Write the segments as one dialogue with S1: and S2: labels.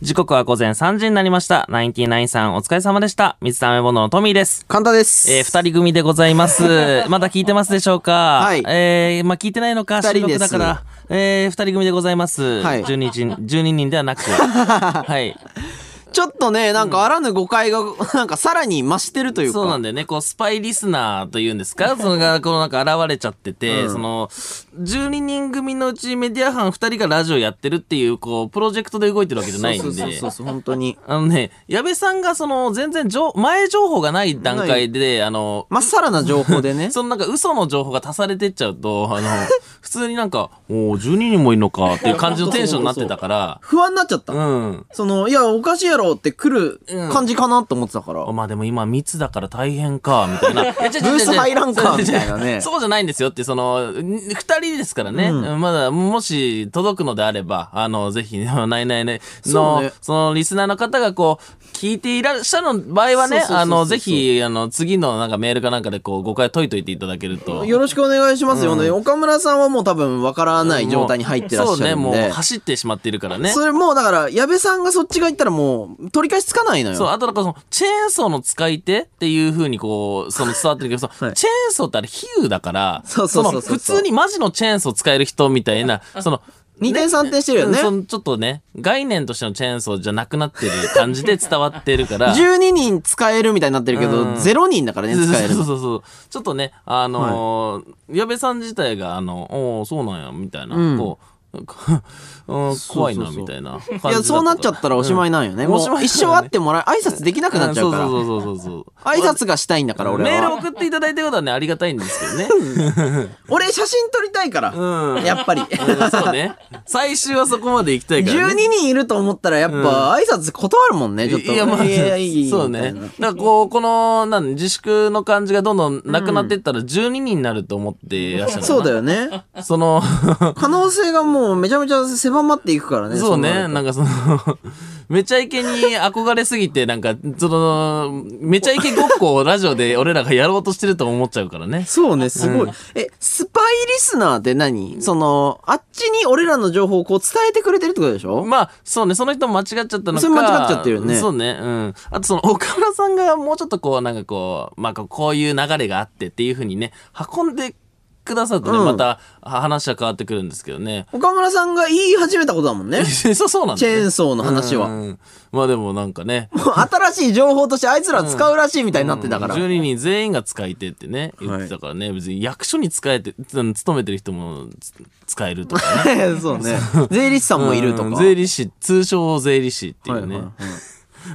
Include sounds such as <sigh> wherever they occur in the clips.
S1: 時刻は午前3時になりました。ナインティナインさんお疲れ様でした。水溜りボンドのトミーです。
S2: 簡単です。
S1: えー、二人組でございます。
S2: <laughs>
S1: まだ聞いてますでしょうか
S2: はい
S1: えー、まあ聞いてないのか、
S2: 二
S1: 収
S2: 人で
S1: 録
S2: す
S1: だから。えー、二人組でございます。
S2: はい
S1: 12人、12人ではな
S2: <laughs>
S1: く。はい。
S2: ちょっとね、なんかあらぬ誤解が、 <laughs> なんかさらに増してるというか。
S1: そうなんだ
S2: だ。
S1: よね。こう、スパイリスナーというんですかそのが、このなんか現れちゃってて、その、12人組のうちメディア班2人がラジオやってるっていう、こう、プロジェクトで動いてるわけじゃないんで。
S2: そうそうそうそう、本当に。
S1: あのね、矢部さんがその、全然情、前情報がない段階で、あの、
S2: まっさらな情報で
S1: <laughs>
S2: ね。
S1: そのなんか嘘の情報が足されてっちゃうと、 <laughs> あの、普通になんか、おお、12人もいるのかっていう感じのテンションになってたから、
S2: 不安になっちゃった。
S1: うん。
S2: その、いや、おかしいやろって来る
S1: うん
S2: 感じかなと思ってたから。
S1: まあでも今密だから大変か、み
S2: <laughs>
S1: たいな。ブ
S2: ブース入らんかみたいなね <laughs>
S1: そうじゃないんですよって、その、に二人ですからね。まだ、もし届くのであれば、あの、ぜひ、ないないね、
S2: そ
S1: の、
S2: う
S1: そ
S2: ね
S1: のリスナーの方がこう、聞いていらっしゃるの場合はね
S2: そうそうそう、そう
S1: あの、ぜひ、あの、次のなんかメールかなんかでこう、誤解解いといていただけると。
S2: よろしくお願いしますよ、ね。岡村さんはもう多分わからない状態に入ってらっしゃるん
S1: そうね、もう
S2: で。
S1: 走ってしまっているからね。
S2: それもうだから、矢部さんがそっちが行ったらもう取り返しつかないのよ。
S1: そう、あとなんかその、チェーンソーの使い手っていう風にこう、その伝わってるけど、その
S2: <laughs> はい
S1: チェーンソーってあれ比喩だから、
S2: そうそうそうそう
S1: の普通にマジのチェーンソー使える人みたい
S2: <laughs>
S1: な、その、
S2: 二点三点してるよね
S1: うんそのちょっとね、概念としてのチェーンソーじゃなくなってる感じで伝わってるか
S2: <laughs>
S1: ら。
S2: 12人使えるみたいになってるけど、
S1: うん
S2: 0人だからね、
S1: そう
S2: 使え
S1: そ
S2: る
S1: う
S2: の。
S1: そうそう。ちょっとね、あのー矢部さん自体が、あの、おーそうなんや、みたいな、
S2: うん
S1: こ <laughs> う、こうん怖いな、
S2: そうそうそう
S1: みたいな感じだった
S2: い
S1: から。
S2: や、そうなっちゃったらおしまいなんよね。
S1: うん
S2: もう
S1: おしまいだよね
S2: 一生会ってもらえ、挨拶できなくなっちゃうから。
S1: そうそうそうそう
S2: <laughs>
S1: そう。
S2: 挨拶がしたいんだから、俺は。
S1: メール送っていただいたことはね、ありがたいんですけど
S2: <laughs>
S1: ね。
S2: 俺、写真撮りたいから。
S1: うん
S2: やっぱり。
S1: うん <laughs> そうね。最終はそこまで行きたいから
S2: 12
S1: ね。
S2: 人いると思ったら、やっぱ、挨拶断るもんね、ちょっと。
S1: いや、まあ、
S2: いやいい
S1: そうね。だ
S2: みたいな
S1: からこう、この、なん自粛の感じがどんどんなくなってったら12人になると思っていらっしゃるのかな
S2: そうだよね。
S1: そ
S2: <laughs>
S1: の、
S2: 可能性がもうめちゃめちゃ狭まっていくからね。
S1: そう
S2: な
S1: ね。
S2: ると
S1: なんかその、めちゃイケに憧れすぎて、なんか、その、めちゃイケごっこをラジオで俺らがやろうとしてると思っちゃうからね。
S2: そうね、すごい。え、スパイリスナーって何その、あっちに俺らの情報をこう伝えてくれてるってことでしょ
S1: まあ、そうね、その人も間違っちゃったのか。
S2: それ間違っちゃってるよね
S1: そうね、うん。あとその、岡村さんがもうちょっとこう、なんかこう、まあ、こういう流れがあってっていうふうにね、運んでくださるとね、
S2: うん
S1: また話は変わってくるんですけどね。。
S2: 岡村さんが言い始めたことだもんね
S1: そう、そうなん
S2: チ
S1: だ、
S2: ェー
S1: ね。
S2: ンソーの話
S1: う
S2: は。
S1: ん。まあでもなんかね。
S2: もう新しい情報としてあいつら使うらしいみたいになってたから。
S1: うん12人全員が使い手ってね、言ってたからね、別に役所に使えて、うん勤めてる人もつ使えるとかね。
S2: そうね。税理士さ <laughs> んもいると
S1: う
S2: か。
S1: ん税理士、通称税理士っていうね。
S2: はいはいはい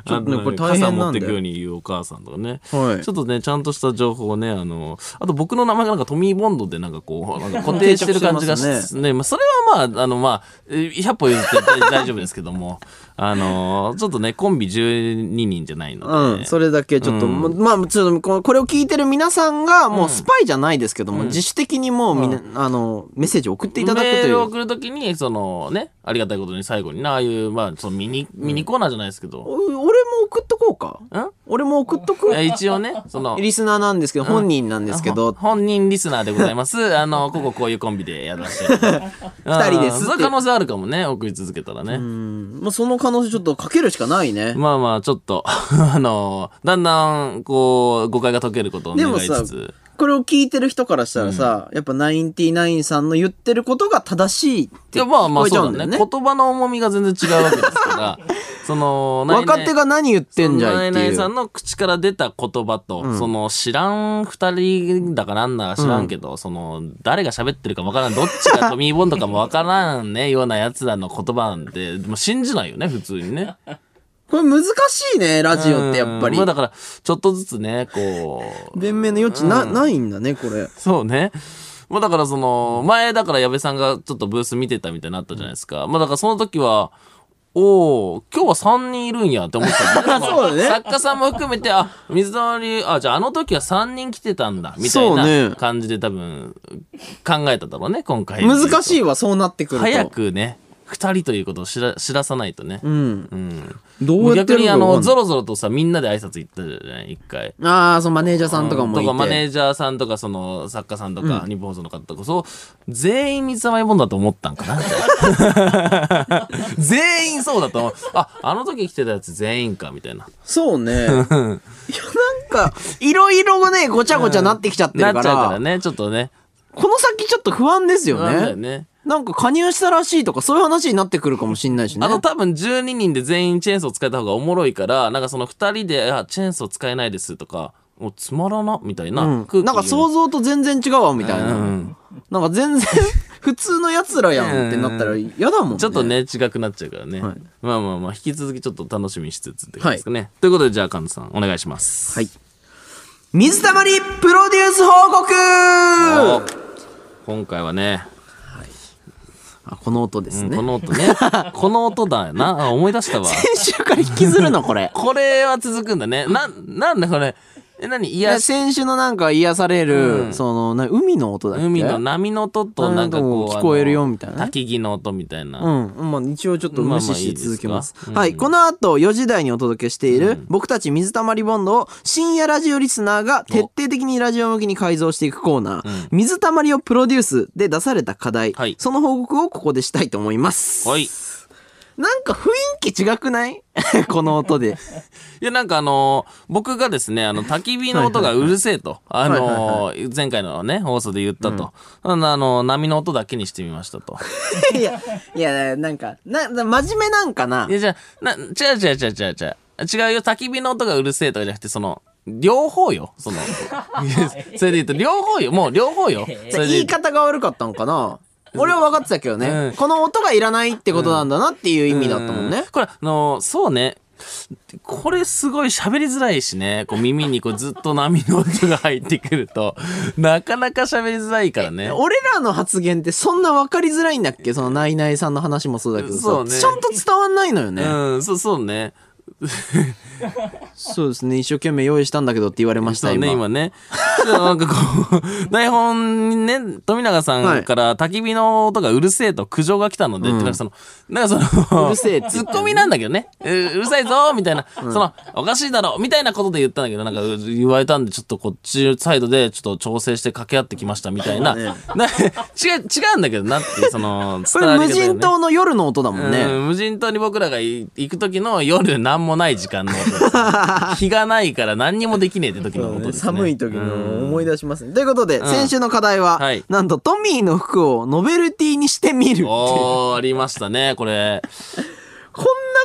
S2: ちょっとね
S1: あの
S2: これ大変なんだ
S1: 傘
S2: よ
S1: 持ってくように言うお母さんとかね、
S2: はい
S1: ちょっとね、ちゃんとした情報をね、あの、あと僕の名前がなんかトミー・ボンドでなんか
S2: <laughs>
S1: こう、なんか固定してる感じが
S2: 定着してま
S1: し
S2: す
S1: ね、まあ、それはまあ、あの、まあ、えー100歩譲って大大丈夫ですけども、 <laughs> あの、ちょっとね、コンビ12人じゃないので、
S2: うん、それだけちょっと、
S1: うん
S2: ままあ、ちょっとこ、これを聞いてる皆さんが、もうスパイじゃないですけども、自主的にもうみんな、あの、メッセージを送っていただくと
S1: メー
S2: い
S1: ルを
S2: う。
S1: 送るときに、そのね、ありがたいことに最後にな、ああいう、まあ、そのミニ、ミニコーナーじゃないですけど、
S2: お俺も送っとこうか。
S1: ん
S2: 俺も送っとく
S1: え一応
S2: <laughs>
S1: ね、その、
S2: リスナーなんですけど、本人なんですけど、
S1: 本人リスナーでございます。あの、こここういうコンビでやらせて。
S2: <laughs>
S1: 二
S2: 人ですって
S1: そういう可能性あるかもね、送り続けたらね。
S2: うん、もうその可能性ちょっとかけるしかないね。
S1: まあまあ、ちょっと、 <laughs> あの、だんだん、こう、誤解が解けることを
S2: で
S1: 願
S2: も
S1: い
S2: さ
S1: つつ。
S2: これを聞いてる人からしたらさ、やっぱナインティナインさんの言ってることが正しいって
S1: いや、
S2: 聞
S1: まあま
S2: こ
S1: あ、
S2: えちゃ
S1: そううん
S2: だ
S1: だ
S2: よ
S1: ね。
S2: ね。
S1: 言葉の重みが全然違うわけです
S2: <laughs>
S1: から、その、ない
S2: 若手が何言ってんじゃいって
S1: ナイ
S2: い
S1: ナイ
S2: う。
S1: さんの口から出た言葉と、その知らん二人だかなんだか知らんけど、その誰が喋ってるかわからん、どっちがトミー・ボンドかもわからん
S2: <laughs>
S1: ね、ようなやつらの言葉なんて、もう信じないよね、普通にね。
S2: これ難しいね、ラジオってやっぱり
S1: うんまあ。だから、ちょっとずつね、こう、
S2: 弁明の余地な,、ないんだね、これ。
S1: そうね。まあだからその、前だから矢部さんがちょっとブース見てたみたいになったじゃないですか。まあだからその時は、おお今日は3人いるんやって思ったん
S2: <laughs> そうだね
S1: 作家さんも含めて、あ、水溜り、あ、じゃああの時は3人来てたんだ、みたい
S2: そう
S1: な
S2: ね
S1: 感じで多分考えただろうね、今回。
S2: 難しいわ、そうなってくると。
S1: 早くね、二人ということを知ら知らさないとね。
S2: うん。
S1: うん。
S2: どうやっ
S1: 逆
S2: てやる
S1: に
S2: か
S1: あ
S2: わかん
S1: の、
S2: ない
S1: ゾロゾロとさ、みんなで挨拶行ったじゃない一回。
S2: ああ、そのマネージャーさんとかもいて。
S1: とかマネージャーさんとか、その、作家さんとか、日本放送の方とか、そう、全員水溜りボンドだと思ったんかな <laughs> 全員そうだと思う。あ、あの時来てたやつ全員か、みたいな。
S2: そうね。いや、なんか、いろいろね、ごちゃごちゃなってきちゃってる
S1: な
S2: か
S1: っちゃ
S2: ら、
S1: うからね、ちょっとね。
S2: この先ちょっと不安ですよ
S1: なんだ
S2: ね。
S1: よね。
S2: なんか加入したらしいとか、そういう話になってくるかもしんないしね。
S1: あの多分12人で全員チェーンソー使えた方がおもろいから、なんかその2人で、あ、チェーンソー使えないですとか、もうつまらな、みたいな
S2: うん
S1: 空気、
S2: なんか想像と全然違うわ、みたい
S1: う
S2: な。
S1: ん
S2: なんか全然、 <laughs> 普通の奴らやんってなったら嫌だもんね。
S1: ちょっと。ね、違くなっちゃうからね。
S2: はい
S1: まあまあまあ、引き続きちょっと楽しみにしつつって感じですかね。ということで、じゃあ、カンさん、お願いします。
S2: はい。水溜りプロデュース報告
S1: お今回はね、
S2: あこの音です
S1: うん
S2: ね。
S1: この音ね、 <laughs> この音だよな。あ思い出したわ。
S2: 先週から引きずるの、これ。
S1: これは続くんだね。な、なんだこれ。え、何い
S2: <laughs> い
S1: や
S2: や、、先週のなんか癒される、その、な海の音だっけ
S1: 海の波の音となんかこう、
S2: なんかもう聞こえるよみたいなね
S1: あの焚き木の音みたいな。
S2: うん。まあ、一応ちょっと無視して続けます。
S1: まあまあ
S2: はい
S1: い
S2: い。
S1: です
S2: この後、4時台にお届けしている、僕たち水溜りボンドを深夜ラジオリスナーが徹底的にラジオ向きに改造していくコーナー、水溜りをプロデュースで出された課題、
S1: はい
S2: その報告をここでしたいと思います。
S1: はい。い
S2: なんか雰囲気違くない <laughs> この音で。
S1: や、なんかあのー僕がですね、あの、焚き火の音がうるせえと、あのー前回のね、放送で言ったと。あのー、波の音だけにしてみましたと。。
S2: <laughs> いや、いや、なんか、な、な真面目なんかない
S1: や、じゃあ、な、違う違う違う違う違う。違うよ、焚き火の音がうるせえとかじゃなくて、その、両方よ。
S2: <laughs>
S1: その、いや <laughs> それで言うと、両方よ。もう両方よ。それで
S2: 言
S1: 言う
S2: い
S1: と
S2: 方が悪かったんかな俺は分かってたけどね、
S1: うん
S2: この音がいらないってことなんだなっていう意味だったもんね。
S1: うこれ、あのーそうね。これすごい喋りづらいしね。こう耳にこうずっと波の音が入ってくると、なかなか喋りづらいからね。
S2: 俺らの発言ってそんな分かりづらいんだっけそのナイナイさんの話もそうだけど
S1: そ
S2: さ、
S1: うね
S2: ちゃんと伝わんないのよね、
S1: うん、そうそうね。
S2: そうですね一生懸命用意したんだけどって言われました
S1: そうね、
S2: 今
S1: 今ね。なんかこう、台本にね、富永さんから焚き火の音がうるせえと苦情が来たので、なんかその、なんかその、
S2: うるせえって言
S1: ツ
S2: った
S1: ッ
S2: よね
S1: コミなんだけどね、ううるさいぞーみたいな、その、おかしいだろみたいなことで言ったんだけど、なんかう言われたんで、ちょっとこっちサイドでちょっと調整して掛け合ってきましたみたいな、
S2: ね
S1: な違う、違うんだけどなっていう、その、
S2: <laughs> こ
S1: 伝わ
S2: れ
S1: り方が
S2: 無
S1: ね
S2: 人島の夜の音だもんね、
S1: うん無人島に僕らがい行く時の夜何もない時間の
S2: <laughs>
S1: 音日がないから何にもできねえって時のことです、ね、
S2: 寒い時の思い出しますね、ということで、先週の課題は、
S1: はい
S2: なんとトミーの服をノベルティにしてみるっていうこんな
S1: おーありましたねこれ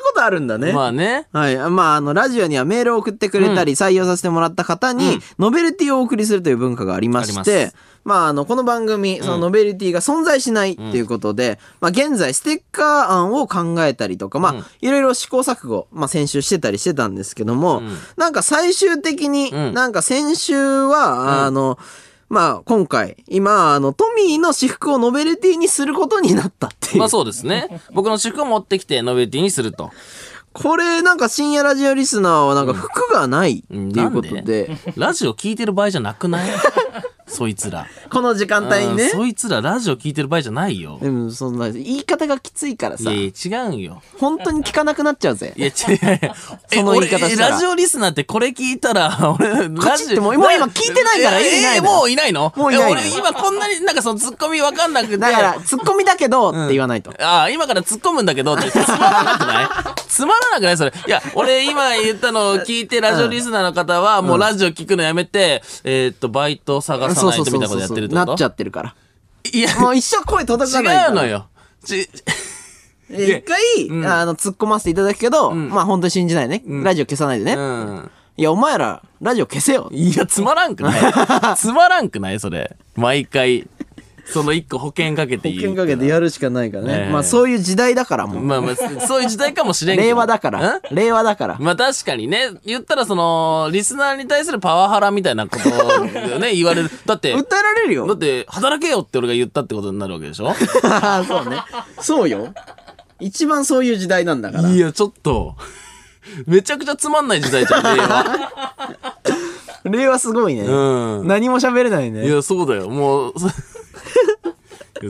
S2: ことあるんだね、
S1: まあね
S2: はい。まあ、あの、ラジオにはメールを送ってくれたり、採用させてもらった方に、ノベルティをお送りするという文化がありまし
S1: あり
S2: て
S1: ま、
S2: まあ、あの、この番組、そのノベルティが存在しないっていうことで、まあ、現在、ステッカー案を考えたりとか、まあ、いろいろ試行錯誤、まあ、先週してたりしてたんですけども、なんか最終的に、
S1: ん
S2: なんか先週は、あの、まあ、今回、今、あの、トミーの私服をノベルティにすることになったっていう。
S1: まあそうですね僕の私服を持ってきてノベルティにすると
S2: これ、なんか深夜ラジオリスナーは、なんか服がないっていうこと
S1: うんなん
S2: で、
S1: ラジオ聞いてる場合じゃなくないそいつら、
S2: この時間帯に
S1: うん
S2: ね。
S1: そいつらラジオ聞いてる場合じゃないよ
S2: でも、そんな、言い方がきついから
S1: い
S2: さ
S1: や、いや違うんよ
S2: 本当に聞かなくなっちゃうぜ
S1: い。や、
S2: <laughs>
S1: 違ういやいや。
S2: その言い方
S1: え俺
S2: したら
S1: ラジオリスナーってこれ聞いたら、 <laughs> 俺、ラ
S2: チ
S1: ジ
S2: って
S1: オ。
S2: もうもう今聞いてないから
S1: え
S2: いない
S1: え
S2: のよ
S1: もういないの
S2: もういないの
S1: え俺今こんなになんかそのツッコミわかんなくて。
S2: だから、ツッコミだけどって言わないと。
S1: ああ、今から突っ込むんだけどって、つまらなくないつまらなくないそれ。いや、俺今言ったのを聞いて、ラジオリスナーの方は、もうラジオ聞くのやめて、えーっと、バイト探さ
S2: そう
S1: ない
S2: そう
S1: とみた
S2: そ
S1: いうなこ
S2: そう
S1: とやってるってこと
S2: なっちゃってるから。
S1: いや、
S2: もう一生声届かないから。
S1: 違うのよ。ち、
S2: え一回、あの、突っ込ませていただくけど、まあ本当信じないね。ラジオ消さないでね。
S1: うん。
S2: いや、お前ら、ラジオ消せよ。
S1: いや、つまらんくない
S2: <laughs>
S1: つまらんくないそれ。毎回。その一個保険かけて言う。
S2: やるしかないから
S1: ね
S2: まあそういう時代だからもう。
S1: まあまあ、そそういう時代かもしれんけど。
S2: 令和だから
S1: ん。
S2: 令和だから。
S1: まあ確かにね、言ったらその、リスナーに対するパワハラみたいなことをね、言われる。だ
S2: <laughs>
S1: って、
S2: 訴えられる
S1: だっ
S2: よ。
S1: て、働けよって俺が言ったってことになるわけでしょ
S2: <laughs> そうね。そうよ。一番そういう時代なんだか
S1: <laughs>
S2: ら。
S1: いや、ちょっと、 <laughs> めちゃくちゃつまんない時代じゃん、令和。
S2: 令和すごいね。
S1: うん。
S2: 何も喋れない
S1: <laughs>
S2: ね。
S1: いや、そうだよ。もう、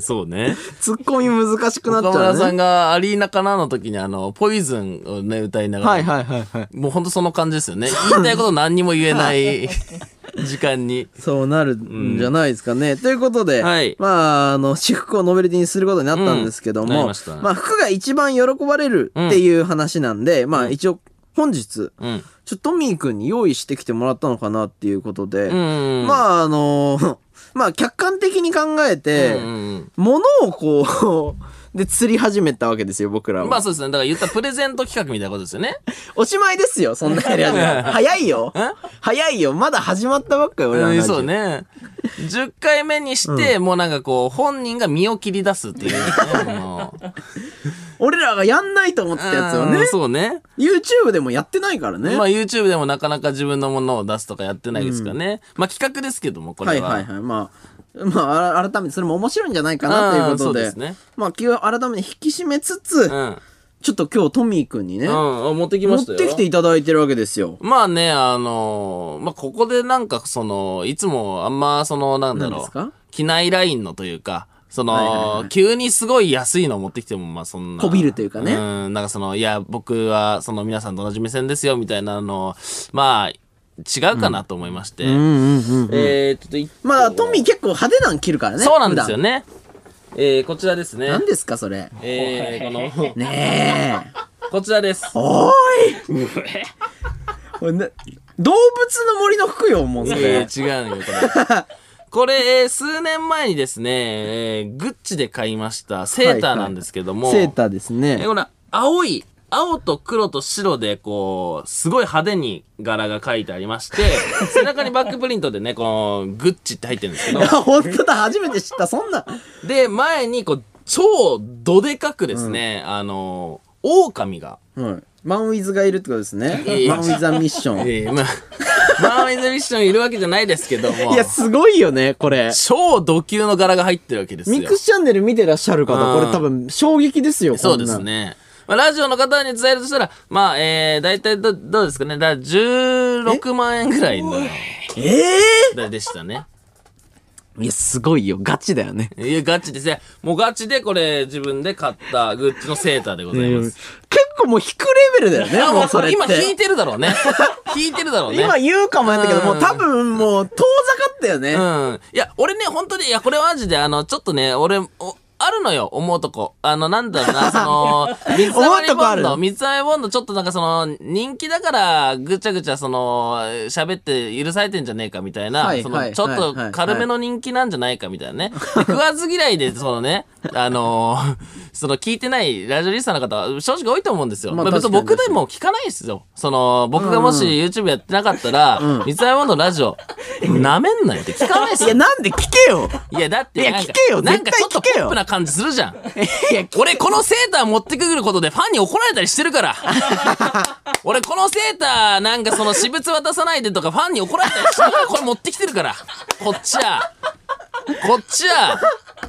S1: そうね。
S2: ツッコミ難しくなっち
S1: 岡村
S2: ゃう
S1: さ
S2: ね。
S1: んがアリーナかなの時にあの、ポイズンをね、歌いながら。
S2: はいはいはいはい。
S1: もうほんとその感じですよね。言いたいこと何にも言えない <laughs> 時間に。
S2: そうなるんじゃないですかね。ということで、
S1: はい
S2: まあ、あの、私服をノベルティにすることになったんですけど
S1: うんな
S2: も、
S1: り
S2: ま
S1: ました
S2: あ、服が一番喜ばれるっていう話なんで、まあ、一応、本日、
S1: うん。
S2: ちょっとトミーくんに用意してきてもらったのかなっていうことで、
S1: うん。あ、
S2: まあ、あの、 <laughs> まあ、客観的に考えて、
S1: うんうん
S2: 物をこう、で、釣り始めたわけですよ、僕ら
S1: う
S2: は。
S1: ん、まあそうですね。だから言ったらプレゼント企画みたいなことですよね。
S2: おしまいですよ、そんなやり始め早いよ早いよ、まだ始まったばっかよ、俺らの
S1: う
S2: ラ
S1: ん、
S2: ジオ
S1: そうね。10回目にして、もうなんかこう、本人が身を切り出すっていう
S2: <laughs>
S1: ね、もう
S2: 俺らがやんないと思ってたやつをね
S1: うん、そうね。
S2: YouTube でもやってないからね。
S1: まあ YouTube でもなかなか自分のものを出すとかやってないですからね。まあ企画ですけども、こ
S2: は
S1: れ
S2: い
S1: は。
S2: はいはい。まあ、まあ、あら改めてそれも面白いんじゃないかなという
S1: う
S2: ことで。
S1: んそうですね
S2: まあ、気を改めて引き締めつつ、
S1: うん。
S2: ちょっと今日トミーくんにね、
S1: うん、持ってき
S2: 持
S1: ま
S2: っ
S1: したよ。
S2: てきていただいてるわけですよ。
S1: まあね、あのーまあ、ここでなんかその、いつもあんまその、なんだ
S2: 何で
S1: ろ
S2: すか
S1: う、機内ラインのというか、その、
S2: はいはいはい
S1: 急にすごい安いの持ってきても、まあそんな。
S2: こびるというかね
S1: うん、なんかその、いや、僕はその皆さんと同じ目線ですよ、みたいなの、まあ、違うかなと思いまして。
S2: うんうんうん。
S1: えー、ちょっと一個
S2: まあ、トミー結構派手なん着るからね。
S1: そうなんですよ
S2: ね。
S1: ね。えー、こちらですね。
S2: 何ですか、それ。
S1: えー、この、
S2: ねえ。
S1: こちらです。
S2: おーいこれな動物の森の服よ、もうそ
S1: いやい
S2: れ。
S1: や違うのよ、これ。
S2: <laughs>
S1: これ、えー数年前にですね、えーグッチで買いましたセーターなんですけども、
S2: セーターです
S1: え
S2: ね
S1: ー。これ、青い、青と黒と白で、こう、すごい派手に柄が書いてあり
S2: <laughs>
S1: まして、背中にバックプリントでね、この、グッチって入ってるんですけど
S2: い、や本当だ、初めて知った。そんな。
S1: で、前に、こう、超どでかくですね、あのー、狼が、
S2: はい。マンウィズがいるってことですね
S1: いやい。や
S2: マンウィザミッション。
S1: えー、まあ、マーメイズミッションいるわけじゃないですけども
S2: い、や、すごいよね、これ。
S1: 超ド級の柄が入ってるわけですよ。
S2: ミックスチャンネル見てらっしゃる方、
S1: うん
S2: これ多分衝撃ですよ、
S1: そ
S2: こ
S1: うん
S2: な
S1: で
S2: ん
S1: す。ね。まあ、ラジオの方に伝えるとしたら、まあ、えー、大体ど、どうですかね。だから16万円ぐらいの、
S2: え
S1: だでしたね。
S2: えいや、すごいよ。ガチだよね。
S1: いや、ガチですね。もうガチでこれ、自分で買ったグッチのセーターでございます。
S2: 結構もう引くレベルだよ
S1: いや
S2: ね、もうそれって。
S1: 今引いてるだろ
S2: <laughs>
S1: うね。引いてるだろうね。
S2: 今言うかもやったけど、もう多分もう遠ざかったよね。
S1: うん。いや、俺ね、本当に、いや、これマジで、あの、ちょっとね、俺、おあるのよ、思うとこ。あの、なんだろう
S2: <laughs>
S1: な、その、三つ
S2: 思う
S1: 編
S2: と
S1: み
S2: こあ
S1: ボン
S2: る
S1: ド、三つ編みボンド、ちょっとなんかその、人気だから、ぐちゃぐちゃ、その、喋って許されてんじゃねえか、みたいな
S2: は、い
S1: そ
S2: は
S1: の、
S2: い
S1: ちょっと
S2: はいはい
S1: 軽めの人気なんじゃないか、みたいな
S2: <laughs>
S1: ね。で食わず嫌いで、そのね、あの <laughs> ー、その、聞いてないラジオリスナーの方は、正直多いと思うんですよ。
S2: ま
S1: まあ、
S2: あ
S1: 別に
S2: 確か
S1: 僕
S2: に
S1: でも聞かないですよ。その、僕がもし YouTube やってなかったら、三つ編みボンドのラ
S2: <laughs>
S1: ジオ、なめんなよって聞かないです
S2: い
S1: よ
S2: や、。なんで聞けよ
S1: いや、だって
S2: いや
S1: なんか
S2: 聞けよ
S1: なんかちょっと
S2: 絶
S1: ポ
S2: 対聞けよ
S1: ップな感じするじゃん。
S2: いや、
S1: 俺、このセーター持ってくることでファンに怒られたりしてる
S2: <laughs>
S1: から。俺、このセーター、なんかその私物渡さないでとか、ファンに怒られたりしてるから、これ持ってきてるから。こっちは。こっちは。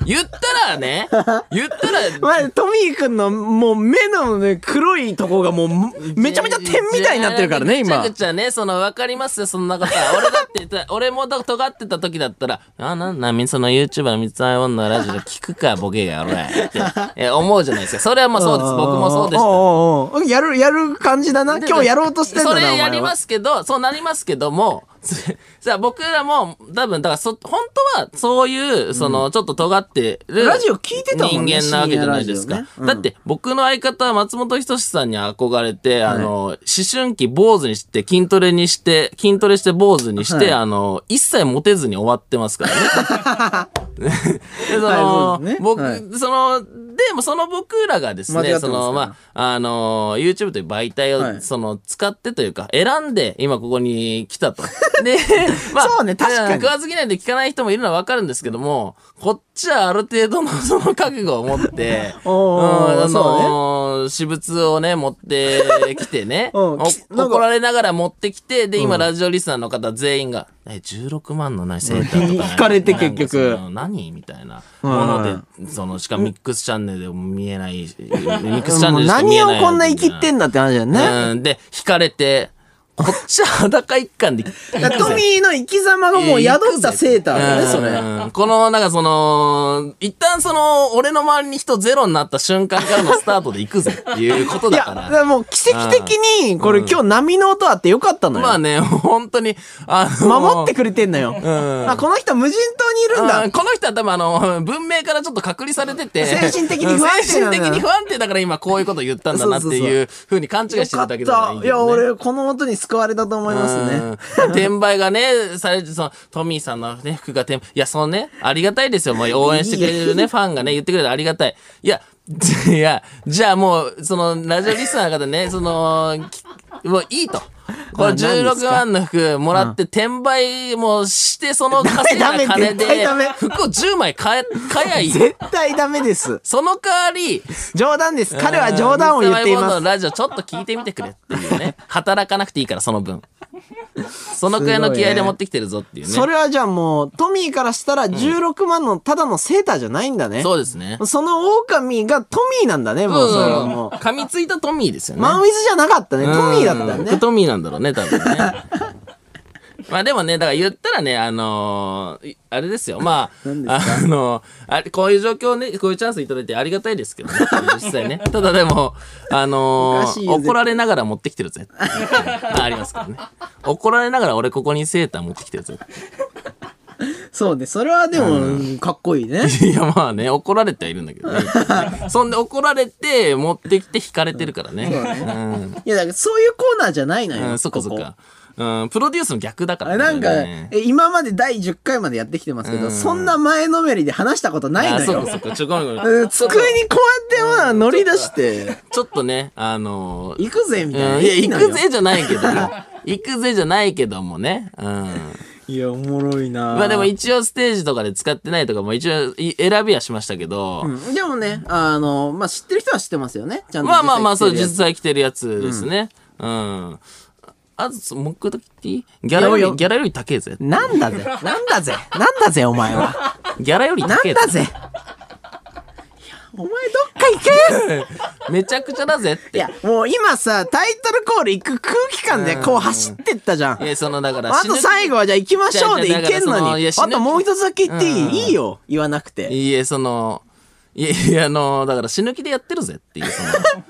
S1: 言ったらね、言ったら、
S2: まあ、トミーくんのもう目のね、黒いとこがもう、めちゃめちゃ点みたいになってるからね、
S1: めちゃ
S2: 今
S1: く。ちゃね、その、わかりますよ、そんなことは。俺だって言った、俺もだ尖ってた時だったら、あ、なんな、みその YouTuber の三つ合い女のラジオで聞くか、ボケが、俺。ってえ思うじゃないですか。それはもうそうです。僕もそうでし
S2: お
S1: た。
S2: うおうおうやる、やる感じだな。今日やろうとしてんだな、
S1: それや
S2: お前
S1: り
S2: は
S1: ますけど、そうなりますけども、さあ僕らも多分、だからそ、本当はそういう、その、ちょっと尖ってる。
S2: ラジオ聞いてたもんね
S1: 人間なわけじゃないです
S2: 深夜
S1: か
S2: ラジオ。ねうん
S1: だって、僕の相方は松本人志さんに憧れて、あの、思春期坊主にして、筋トレにして、筋トレして坊主にして、
S2: はい
S1: あの、一切モテずに終わってますからね。
S2: <laughs>
S1: でその、
S2: はいそうですね
S1: 僕、
S2: はい
S1: その、でもその僕らがです
S2: 間違って
S1: ね、
S2: ます
S1: そ
S2: から
S1: の、まあ、あの、YouTube という媒体を、
S2: はい
S1: その、使ってというか、選んで、今ここに来
S2: <laughs>
S1: たと。で、ま
S2: そうね確かに
S1: うん食わず嫌いで聞かない人もいるのはわかるんですけども、こっちはある程度のその覚悟を持って、
S2: <laughs> おー
S1: うんあ
S2: そ
S1: の私物をね、持ってきてね、
S2: <laughs> うん
S1: お
S2: きなんか
S1: 怒られながら持ってきて、で、今、ラジオリスナーの方全員が、え、16万のないセーターとかね。
S2: <laughs> 惹かれて結
S1: な
S2: 局
S1: んかその何みたいなもので、その、しかもミックスチャンネルでも見えないし、ミックスチャン
S2: も
S1: ネ
S2: う
S1: ルしか見
S2: 何
S1: え
S2: を
S1: ない。
S2: こんな生きってんだって話だよね。
S1: うん、で、惹かれて、こっちは裸一貫で。
S2: だからトミーの生き様がもう宿ったセーターだね、それ。
S1: うんこの、なんかその、一旦その、俺の周りに人ゼロになった瞬間からのスタートで行くぜっていうこと
S2: い
S1: だ
S2: や、
S1: か
S2: だ
S1: ら
S2: か。らもう奇跡的に、これ今日波の音あってよかったの
S1: <laughs>
S2: よ。
S1: まあね、本当に、あの
S2: 守ってくれてんのよ。あ、この人無人島にいるん
S1: うん
S2: だ。
S1: この人は多分あの、文明からちょっと隔離されてて。
S2: 精神的に不安定
S1: う
S2: なんんだ
S1: 精神的に不安定だから今こういうこと言ったんだなっていうふうに勘違いして
S2: よ
S1: る
S2: か
S1: だ
S2: っ
S1: けじゃない
S2: た。いや、俺、この音に救われたと思います
S1: う
S2: ね。
S1: ん転売がね、されて、その、トミーさんのね、服が転売、いや、そのね、ありがたいですよ。もう応援してくれるね、ファンがね、言ってくれてありがたい。いや、 <laughs> いや、じゃあもう、その、ラジオリスナーの方ね、その、きもういいと。この
S2: あ何です
S1: 16
S2: か
S1: 万の服もらって転売もして、その稼いだ
S2: ダメ
S1: 金で
S2: 絶対ダメ、
S1: 服を10枚買え、買えばいい。
S2: 絶対ダメです。
S1: その代わり、
S2: 冗談です。彼は冗談を言ってい
S1: ミスターマイボーン
S2: ます。
S1: ドのラジオちょっと聞いてみてくれっていうね。働かなくていいから、その分。そのくらいの気合で持ってきてるぞっていうね。
S2: それはじゃあもう、トミーからしたら16万のただのセーターじゃないんだね。
S1: そうですね。
S2: その狼がトミーなんだね、もうそれはもう。
S1: 噛みついたトミーですよね。
S2: マンウィズじゃなかったね。トミーだった
S1: うん
S2: ね。
S1: トミーなんだろうね、多
S2: <laughs>
S1: 分ね。まあでもね、だから言ったらね、あのーいあれですよ、まあ、あのーあれこういう状況ね、こういうチャンスいただいてありがたいですけどね、実際ね。 <laughs> ただでも、あのー
S2: おかしいよ絶対
S1: 怒られながら持ってきてるぜ
S2: <laughs>
S1: っていうね。まあ、ありますからね。怒られながら俺ここにセーター持ってきてるぜって
S2: そうね。それはでも、うんかっこいい <laughs> ね。
S1: いや、まあね、怒られてはいるんだけど
S2: <laughs>
S1: ね。そんで怒られて、持ってきて引かれてるからね。うん
S2: いや、だからそういうコーナーじゃないの
S1: う
S2: よ。
S1: ん、そっかそっ
S2: ここ
S1: か。うん、プロデュースの逆だから
S2: あなんか、
S1: ね
S2: え今まで第10回までやってきてますけ
S1: う
S2: ど、
S1: ん
S2: そんな前のめりで話したことない
S1: あ
S2: の
S1: そっ
S2: よ
S1: か。そっか、ちょ、ごめんごめん
S2: うん机にこうやってまあ乗り出して、
S1: ちょっとね、あのー
S2: 行くぜみたいな。
S1: うん、いや、
S2: の
S1: 行
S2: よ
S1: くぜじゃないけども、行くぜじゃないけどもね。うん。
S2: いや、おもろいな
S1: まあでも一応ステージとかで使ってないとかも一応い選びはしましたけど、
S2: うんでもね、あの、まあ、知ってる人は知ってますよね。ちゃんと。
S1: まあまあまあ、そう、実
S2: 実際
S1: 際着てるやつですね。うん。あと、もう一回だけ言っていいギャラよ
S2: いや
S1: り、
S2: いや
S1: ギャラより高えぜ。
S2: なんだぜ。なんだぜ。なんだぜ、お前は。
S1: ギャラより高
S2: なん
S1: え
S2: だぜ。いや、お前どっか行け
S1: めちゃくちゃだぜって。
S2: いや、もう今さ、タイトルコール行く空気感でこう走ってったじゃん。
S1: いや、その、だから、
S2: あと最後はじゃあ行きましょうで
S1: じゃあ
S2: 行けん
S1: だからそ
S2: の
S1: のい
S2: に。
S1: や
S2: あともう一つだけ言っていい、
S1: うん
S2: いいよ。言わなくて。
S1: いいえ、その、いや、いや、あの、だから死ぬ気でやってるぜっていう、そ
S2: <laughs>
S1: の、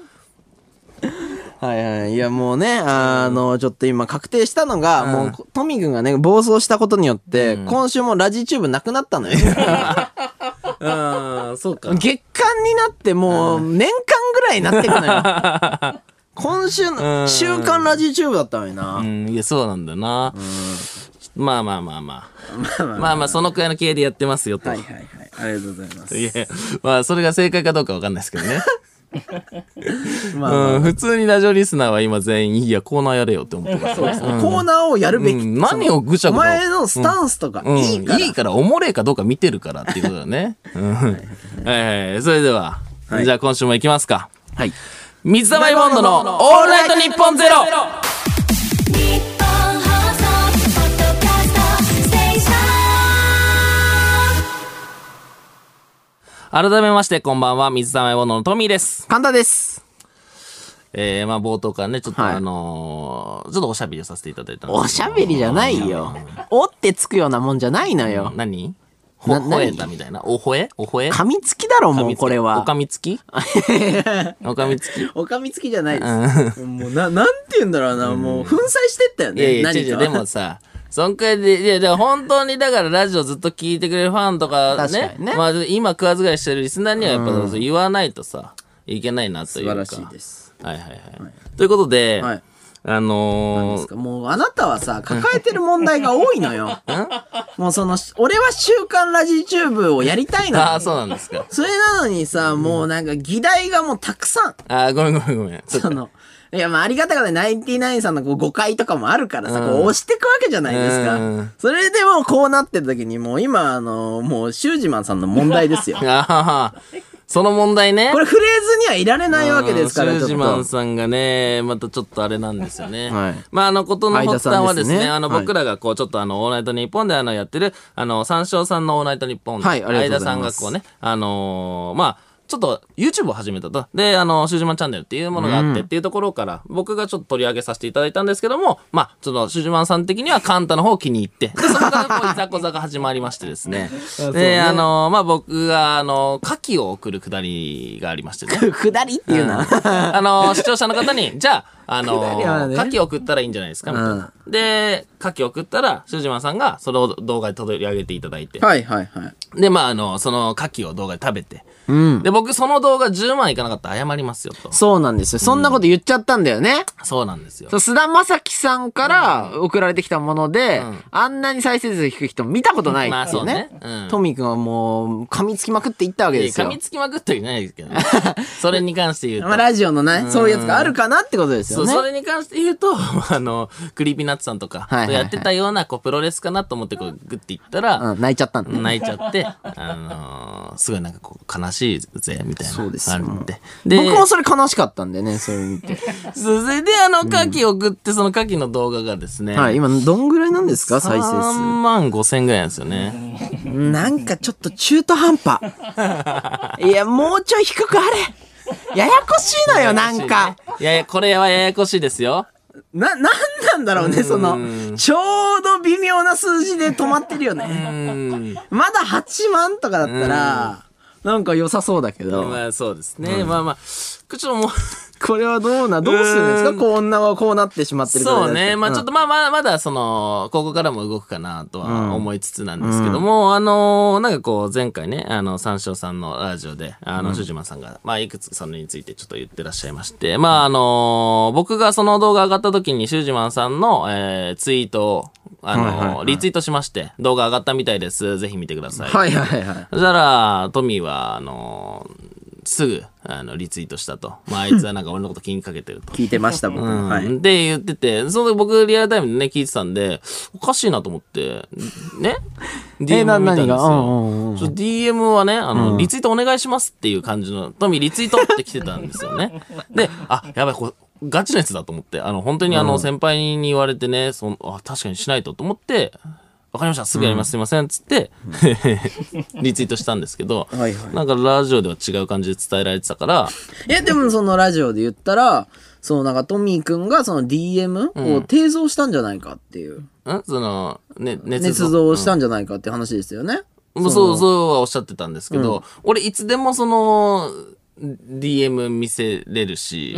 S2: はいはい。いやもうね、あの、ちょっと今確定したのが、もう、トミ君がね、暴走したことによって、今週もラジチューブなくな <laughs> ったのよ。
S1: ああ、そうか。
S2: 月間になってもう、年間ぐらいになってくのよ。 <laughs> 今週
S1: う
S2: の、
S1: ん
S2: 週刊ラジチューブだったのにな
S1: う。ん、いや、そうなんだよな。まあまあまあまあ。まあまあ、そのくらいの系でやってますよと。
S2: はい
S1: い
S2: はいはい。ありがとうございます。
S1: や、まあ、それが正解かどうかわかんないですけど <laughs> ね。
S2: まあ、
S1: うん、普通にラジオリスナーは今全員、いや、コーナーやれよって思ってます。
S2: コーナーをやるべき。
S1: うん何をぐちゃぐちゃ
S2: お前のスタンスとか、
S1: うん、
S2: いいから。
S1: おもれえかどうか見てるからっていうことだね。うん。はいはい。それでは、じゃあ今週も行きますか。
S2: はい。
S1: 水溜りボンドのオールナイトニッポンゼロ
S3: 日本放送ポッドキャストステーショ
S1: 改
S3: ン
S1: めまして、こんばんは、水溜りボンドのトミーです。
S2: 簡単です。
S1: えー、まあ冒頭からね、ちょっと
S2: はい
S1: あのーちょっとおしゃべりをさせていただいたんですけど
S2: おしゃべりじゃないよ。おってつくようなもんじゃないのよ。
S1: 何ほ、
S2: な
S1: 吠えたみたいな。おほえおほえ
S2: 噛みつきだろ、もうこれ
S1: お
S2: は。
S1: かみつ
S2: <laughs>
S1: きおかみつき
S2: おかみつきじゃないです。もう、な、なんて言うんだろうな、もう、粉砕してったよ
S1: いやい
S2: ね。
S1: や、違う
S2: 何
S1: 違う
S2: か。
S1: でもさ、そんくらいで、いや、でも本当にだからラジオずっと聞いてくれるファンとか
S2: 確
S1: ね
S2: か、にね
S1: まあ今食わずがいしてるリスナーにはやっぱそう言わないとさ、いけないなと
S2: 素
S1: いうか。
S2: 晴らしいです。
S1: はいはいはい。ということで、
S2: はい
S1: あ
S2: なんで
S1: の
S2: す
S1: ー
S2: かもう、あなたはさ、抱えてる問題が多いの
S1: <laughs>
S2: よ。もう、その、俺は週刊ラジチューブをやりたいの
S1: ああ、
S2: よ。
S1: そうなんですか。
S2: それなのにさ、もうなんか、議題がもうたくさん。
S1: ああ、ごめんごめんごめん。ちょっと
S2: その、 <laughs> いや、まあ、ありがたかで、ナインティナインさんのこう誤解とかもあるからさ、こう押してくわけじゃないです
S1: う
S2: か
S1: ん。
S2: それでもうこうなってる時に、もう今、あの、もう、シュージマンさんの問題ですよ。
S1: ああ、 <laughs> その問題ね。
S2: これフレーズにはいられないわけですから、
S1: うん
S2: ちょっ
S1: シュージマン
S2: と。
S1: さんがね、またちょっとあれなんですよね。
S2: <laughs> はい
S1: まあ、あの、ことの発端はですね、
S2: 相田さんですね
S1: あの、
S2: はい
S1: 僕らがこう、ちょっとあの、オールナイトニッポンであの、やってる、あの、三章さんのオールナイトニッポンで、
S2: はいありがとうござい
S1: 相田さん
S2: ま
S1: が
S2: す
S1: こうね、あのーまあ、ちょっと YouTube を始めたと。で、あの、シュージマンチャンネルっていうものがあってっていうところから、僕がちょっと取り上げさせていただいたんですけども、まあ、その、シュージマンさん的にはカンタの方を気に入って、で、そこからこう、いざこざが始まりましてです
S2: <laughs>
S1: ね。で、あの、まあ、僕が、あの、牡蠣を送るくだりがありましてね。
S2: <laughs> 下りっていうな。
S1: あの、視聴者の方に、じゃあ、あの、
S2: <laughs> りはね
S1: 牡蠣送ったらいいんじゃないですか、みたいな。で、牡蠣送ったら、シュージマンさんがその動画で取り上げていただいて、
S2: はいはいはい。
S1: で、まあ、あの、その牡蠣を動画で食べて、
S2: うん。
S1: で、僕、その動画10万いかなかったら謝りますよと。
S2: そうなんですよ。そんなこと言っちゃったんだよね。
S1: そうなんですよ
S2: そ。う菅田将暉さんから送られてきたもので、
S1: うん
S2: あんなに再生数低い人見たことない
S1: まあ、
S2: ってい
S1: そうう
S2: ね
S1: ね。。うん。
S2: トミー君はもう噛みつきまくっていったわけ
S1: いや
S2: です
S1: 噛
S2: よ
S1: み。つきまくってはいないですけ
S2: <laughs>
S1: どね。それに関して言うと。
S2: まあ、ラジオのね、そういうやつがあるかなってことです
S1: そ
S2: よ
S1: う
S2: ね。
S1: それに関して言うと、 <laughs> あの、クリーピーナッツさんとか
S2: はいはい、はい
S1: やってたような、こう、プロレスかなと思って、こう、グッていったら、
S2: うん、泣いちゃったんだね
S1: 泣いちゃ <laughs> って、あのーすごいなんかこう悲しいぜ、みたいな。
S2: そうですよ
S1: あるんで。で、
S2: 僕もそれ悲しかったんだよね、それ <laughs> 見て。
S1: それであの、牡蠣送って、その牡蠣の動画がですね、
S2: はい、今、どんぐらいなんですか、再
S1: 3
S2: 生
S1: 万5千ぐらいなんですよね。
S2: 数。なんかちょっと中途
S1: <laughs>
S2: 半端。いや、もうちょい低くあれ。ややこしいのよ、なんか。
S1: いやいや、これはややこしいですよ。
S2: な、なんなんだろうね、その、ちょうど微妙な数字で止まってるよ
S1: う
S2: ね。
S1: ん。
S2: まだ8万とかだったら、なんか良さそうだけど、
S1: まあそうですね。まあまあ、ちょっともう、
S2: これはどうな、どうするんで
S1: う
S2: すか
S1: ん
S2: こんなはこうなってしまってるから
S1: そうね。まあちょっ
S2: と。
S1: とまあまあ、まだその、ここからも動くかなとは思いつつなんですけども、あのー、なんかこう、前回ね、あの、三章さんのラジオで、あの、主島さんが、まあいくつかそれについてちょっと言ってらっしゃいまして、まああのー、僕がその動画上がった時に、主島さんの、えーツイートを、あのー
S2: はいはいはい
S1: リツイートしまして、動画上がったみたいです。ぜひ見てください。
S2: はいはいはい。
S1: そしたら、トミーは、あのーすぐ、あの、リツイートしたと。まあ、あいつはなんか俺のこと気にかけてると。
S2: 聞いてました、僕
S1: う
S2: も。
S1: ん
S2: はい。
S1: で、言ってて、その時僕リアルタイムでね、聞いてたんで、おかしいなと思って、
S2: <laughs>
S1: ね ?DM
S2: な
S1: 見たんです
S2: 何がうんうんう
S1: よ。ちょ DM はね、あの、リツイートお願いしますっていう感じの、トミーリツイートって来てたんですよね。で、あ、やばい、これ、ガチのやつだと思って、あの、本当にあの、先輩に言われてね、その、あ、確かにしないとと思って、わかりました、すぐやります、すいません、つって、 <laughs> リツイートしたんですけど、
S2: はいはい
S1: なんかラジオでは違う感じで伝えられてたから、
S2: いや、でもそのラジオで言ったら、そのなんかトミーくんがその DM を提造したんじゃないかっていう、
S1: んその、ね、捏
S2: 捏造したんじゃないかっていう話ですよね。
S1: もうそう、そうはおっしゃってたんですけど、俺いつでもその、DM 見せれる
S2: <laughs>
S1: し、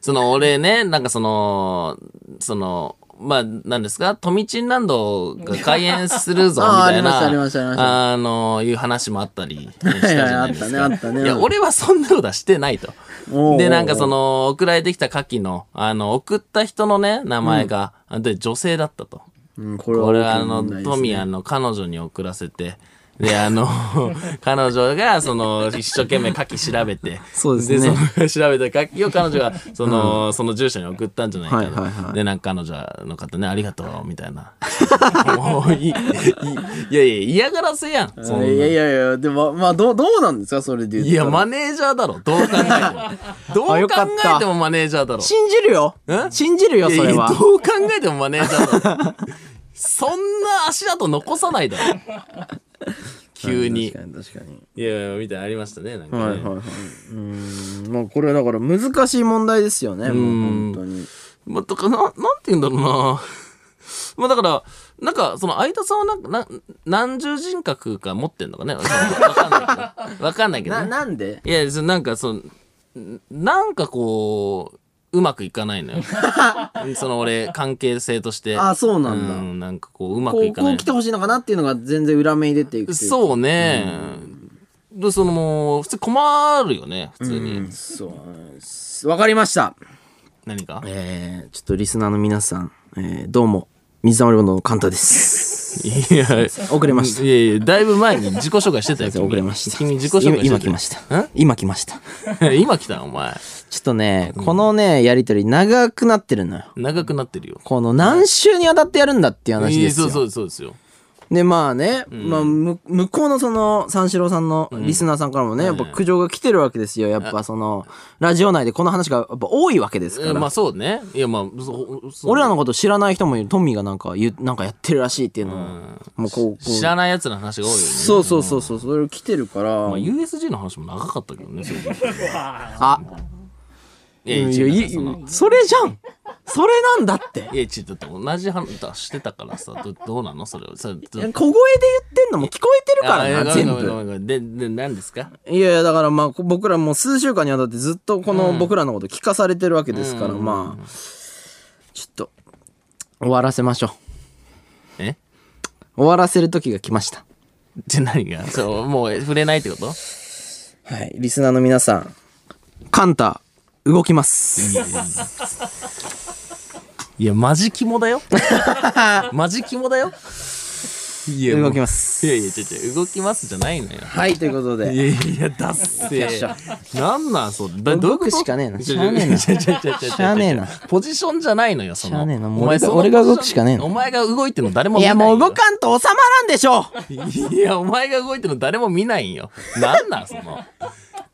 S1: その俺ね、なんかその、その、まあ、なんですか、トミチンランド
S2: <laughs>
S1: が開園するぞ、み
S2: あー
S1: たいな、
S2: ありましたありました
S1: あの、いう話もあったりしたじゃないですか。
S2: <laughs> はいはいあったねあったね
S1: いや、俺はそんなことはしてないと。
S2: おうおう
S1: で、なんかその、送られてきた牡蠣の、あの、送った人のね、名前が、で、女性だったと。
S2: うん、これは
S1: これはあの
S2: 大きな問題ですね
S1: トミーあの彼女に送らせてであ
S2: <laughs>
S1: の彼女がその一生懸命牡蠣調べて
S2: そうですね
S1: その調べた牡蠣を彼女がその,、その住所に送ったんじゃないかな、
S2: はいはいはい
S1: でなんか彼女の方ねありがとうみたい
S2: <laughs>
S1: なもういいいいいやいや嫌がらせやんそんない
S2: やいやいや、でも、まあ、どう、どうなんですかそれで言った
S1: い
S2: ら
S1: やマネージャーだろどう考えてもどう
S2: <laughs> あよ
S1: 考
S2: かった
S1: えてもマネージャーだろ
S2: 信じるよ
S1: ん
S2: 信じるよ、
S1: い
S2: そ
S1: や
S2: れ
S1: いや
S2: は
S1: ど。う考えてもマネージャーだろそんな足跡残さないだろ急に
S2: 確かに確かに。
S1: いやいやみたいなのありましたねなんかね、
S2: はいはいはい。うーん、まあこれはだから難しい問題ですよね、もう本当に。
S1: まあ、だからななんて言うんだろうなまあだからなんかその相田さんはなんかな何重人格か持ってんのかねわかんないけどわかんないけど
S2: な、
S1: ね
S2: なんで
S1: いやそのなんかそのんなんかこううまくいかない
S2: <laughs>
S1: のよその俺関係性として
S2: あ、そうなんだ。
S1: うんなんかこううま
S2: こ、
S1: くいうか
S2: こ
S1: な
S2: う
S1: い
S2: 来てほしいのかなっていうのが全然裏目に出ていくっていうか。
S1: そうね。でそのもう普通困るよね普通に、
S2: そうなんです。わかりました。
S1: 何か
S2: えー、ちょっとリスナーの皆さん、えー、どうも、水溜りボンドのカンタです。
S1: いや
S2: 遅れました
S1: いやいやだいぶ前に自己紹介してたよ
S2: 遅れました。
S1: 君自己紹介してた
S2: 今今来ました
S1: ん。
S2: 今来ました。
S1: た <laughs> 今来たのお前
S2: ちょっとね、このね、やりとり長くなってるのよ。
S1: 長くなってるよ
S2: この何週にわたってやるんだっていう話
S1: い
S2: で
S1: や
S2: すよ。
S1: そうそうそうですよ
S2: で、まあね、まあ、む向こうのその、三四郎さんのリスナーさんからもね、やっぱ苦情が来てるわけですよ。やっぱその、ラジオ内でこの話がやっぱ多いわけです
S1: え
S2: から。
S1: まあそうね。いやまあ、そそ
S2: 俺らのこと知らない人もいる。トミーがなんか言う、なんかやってるらしいっていうのを、もうこう、こう
S1: 知らないやつの話が多いよね。
S2: そうそうそうそう、それ来てるから、
S1: まあ USG の話も長かったけどね、そう
S2: <laughs>
S1: いう意味で
S2: あ、
S1: いやいや、
S2: いや
S1: 違う
S2: い
S1: その
S2: それじゃんそれなんだって
S1: いや、ちょっと同じ話してたからさ、どどうなのそれを。それど
S2: 小声で言ってんのも聞こえてるか
S1: あいや
S2: らな、
S1: ごめん
S2: 全
S1: ごめんごめ
S2: 部。
S1: んごめんで、で、何ですか
S2: いやいや、だからまあ、こ僕らもう数週間にわたってずっとこの僕らのこと聞かされてるわけですから、まあ、ちょっと、終わらせましょう。
S1: え
S2: 終わらせる時が来ました。
S1: じゃ何がそう、もうえ触れないってこと
S2: はい、リスナーの皆さん、カンタ、動きます。
S1: いや、マジ肝だよ。マジ肝だよ。いや、。
S2: 動きますす。
S1: いやいや、ちょちょ、動きますじゃないのよ。
S2: はい、ということ
S1: い
S2: で。
S1: やいや、だっせ
S2: よっしゃ
S1: ー。なんなん、そう。だどういう
S2: 動
S1: こと
S2: くしかねえな。
S1: ち
S2: し
S1: ょ
S2: ゃあねえな。
S1: ちょちょちょちょちょ
S2: しゃあねえな
S1: ポジションじゃないのよ、そ
S2: しゃ
S1: の。
S2: あねえなもう
S1: お前
S2: 俺が
S1: その
S2: 俺が動く
S1: ポジション
S2: しかねえの
S1: お前が動いてるの誰も
S2: い
S1: 見ない
S2: や、
S1: よ。
S2: もう動かんと収まらんでしょう
S1: いや、お前が動いてるの誰も見ないんよ。なんなん、その。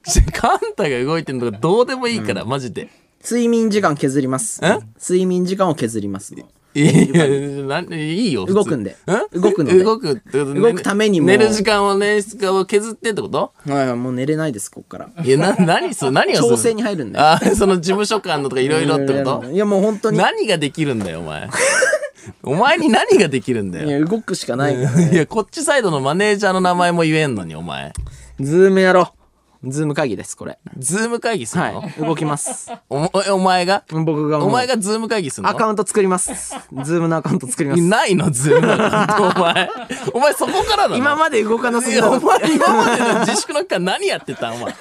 S1: ちょカンタが動いてるのがどうでもいいから、マジで。
S2: 睡眠時間削ります
S1: え。
S2: 睡眠時間を削ります。
S1: いや、なんいいよ。普通
S2: 動くんで
S1: ん
S2: 動くので
S1: 動くってことね
S2: 動くためにも
S1: 寝る時間をね、質感を削ってってこと
S2: はいはい、もう寝れないです、こっから。
S1: いや、な、何する何をする
S2: 調整に入るんだよ。
S1: あーその事務所間のとかいろいろってこと
S2: いや、もう本当に。い
S1: 何ができるんだよ、お前。 <laughs> お前に何ができるんだよ。
S2: や、動くしかないから。
S1: いや、こっちサイドのマネージャーの名前も言えんのに、お前。
S2: ズームやろう。ズーム会議です、これ。
S1: ズーム会議するの、
S2: はい。動きます。
S1: おおお前が
S2: 僕がもう
S1: お前がズーム会議するの
S2: アカウント作ります。ズームのアカウント作ります。
S1: ないの、ズームア
S2: <laughs>
S1: カウントお前。お前そこからなの
S2: 今まで動かなす
S1: い
S2: ぎ
S1: や、
S2: た
S1: お。前今までの自粛の期間何やってたお前。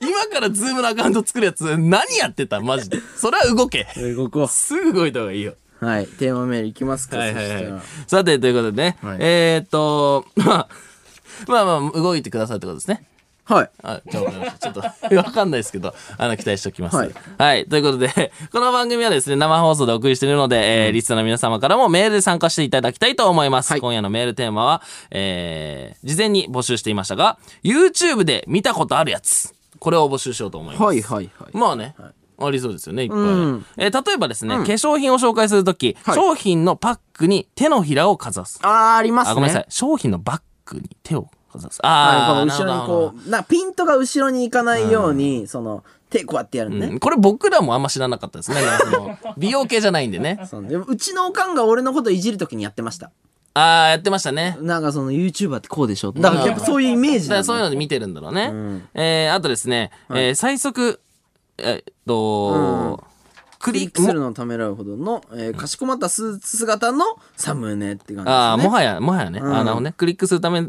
S1: 今からズームのアカウント作るやつ何やってたマジで。それは動け。
S2: 動こ
S1: すぐ動いた方がいいよ。
S2: う。はい。テーマメールいきますか、
S1: はいは
S2: そした
S1: い
S2: ら
S1: はい。さて、ということでね。
S2: はい
S1: えーっと、まあ、まあまあ、動いてくださいってことですね。
S2: はい。
S1: あ、ちょ、わかり
S2: <laughs>
S1: ましたちょっと、わかんないですけど、あの、期待しておきます。は
S2: はいい。
S1: ということで、 <laughs> この番組はですね、生放送でお送りしているので、えー、リスナーの皆様からもメールで参加していただきたいと思います。
S2: はい
S1: 今夜のメールテーマは、えー、事前に募集していましたが、YouTube で見たことあるやつ。これを募集しようと思います。
S2: はいはいはい。
S1: まあね。ありそうですよね、いっぱいね、
S2: うん
S1: えー例えばですね、化粧品を紹介するとき、
S2: はい
S1: 商品のパックに手のひらをかざす。
S2: あー、ありますね。
S1: あ、ごめんなさい。商品のバッグに手をかざす。
S2: な
S1: ああ、
S2: んか後ろにこう、なピントが後ろに行かないように、その、手こうやってやるの
S1: う
S2: ね。
S1: んこれ僕らもあんま知らなかったですね。なんか
S2: <laughs>
S1: その美容系じゃないんでね。
S2: そうでもうちのおかんが俺のこといじるときにやってました。
S1: ああ、やってましたね。
S2: なんかその YouTuber ってこうでしょだからやっぱそういうイメー
S1: だ
S2: ジ
S1: か
S2: な
S1: らそういう
S2: の。
S1: ので見てるんだろうね。えー、あとですね、えー最速、えーっと、ク
S2: クリ
S1: リ
S2: ックす
S1: ック
S2: るのをためらうほどの、えーかしこまったスーツ姿のサムネって感じですね。
S1: ああ、もはや、もはやね、
S2: ん
S1: あのね、クリックするため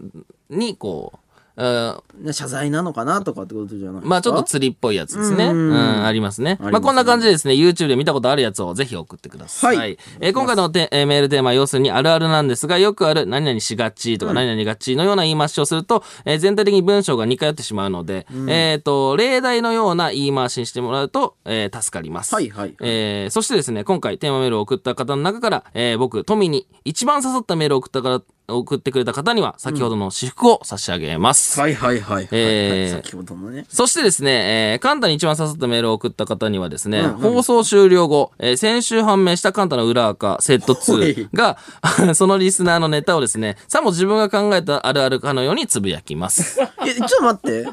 S1: に、こう、うん
S2: 謝罪なのかなとかってことじゃないですか
S1: まあちょっと釣りっぽいやつですね。う、
S2: うんん
S1: ありますね。
S2: あり
S1: ます
S2: まね
S1: あこんな感じでですね、YouTube で見たことあるやつをぜひ送ってください。
S2: はい
S1: えー今回のテえーメールテーマは要するにあるあるなんですが、よくある何々しがちとか何々がちのような言い回しをすると、えー全体的に文章が似通ってしまうので、えっ、と、例題のような言い回しにしてもらうと、えー助かります。
S2: はいはいはい
S1: えーそしてですね、今回テーマメールを送った方の中から、えー僕、トミに一番刺さったメールを送ったから、送ってくれた方には、先ほどの私服を差し上げます。
S2: はいはいはいはい、
S1: えー
S2: 先ほどのね。
S1: そしてですね、えー、カンタに一番刺さったメールを送った方にはですね、
S2: うんうん
S1: 放送終了後、えー先週判明したカンタの裏垢、セット
S2: ほ
S1: 2
S2: い
S1: が、 <laughs> そのリスナーのネタをですね、さも自分が考えたあるあるかのようにつぶやきます。
S2: え、ちょっと待って。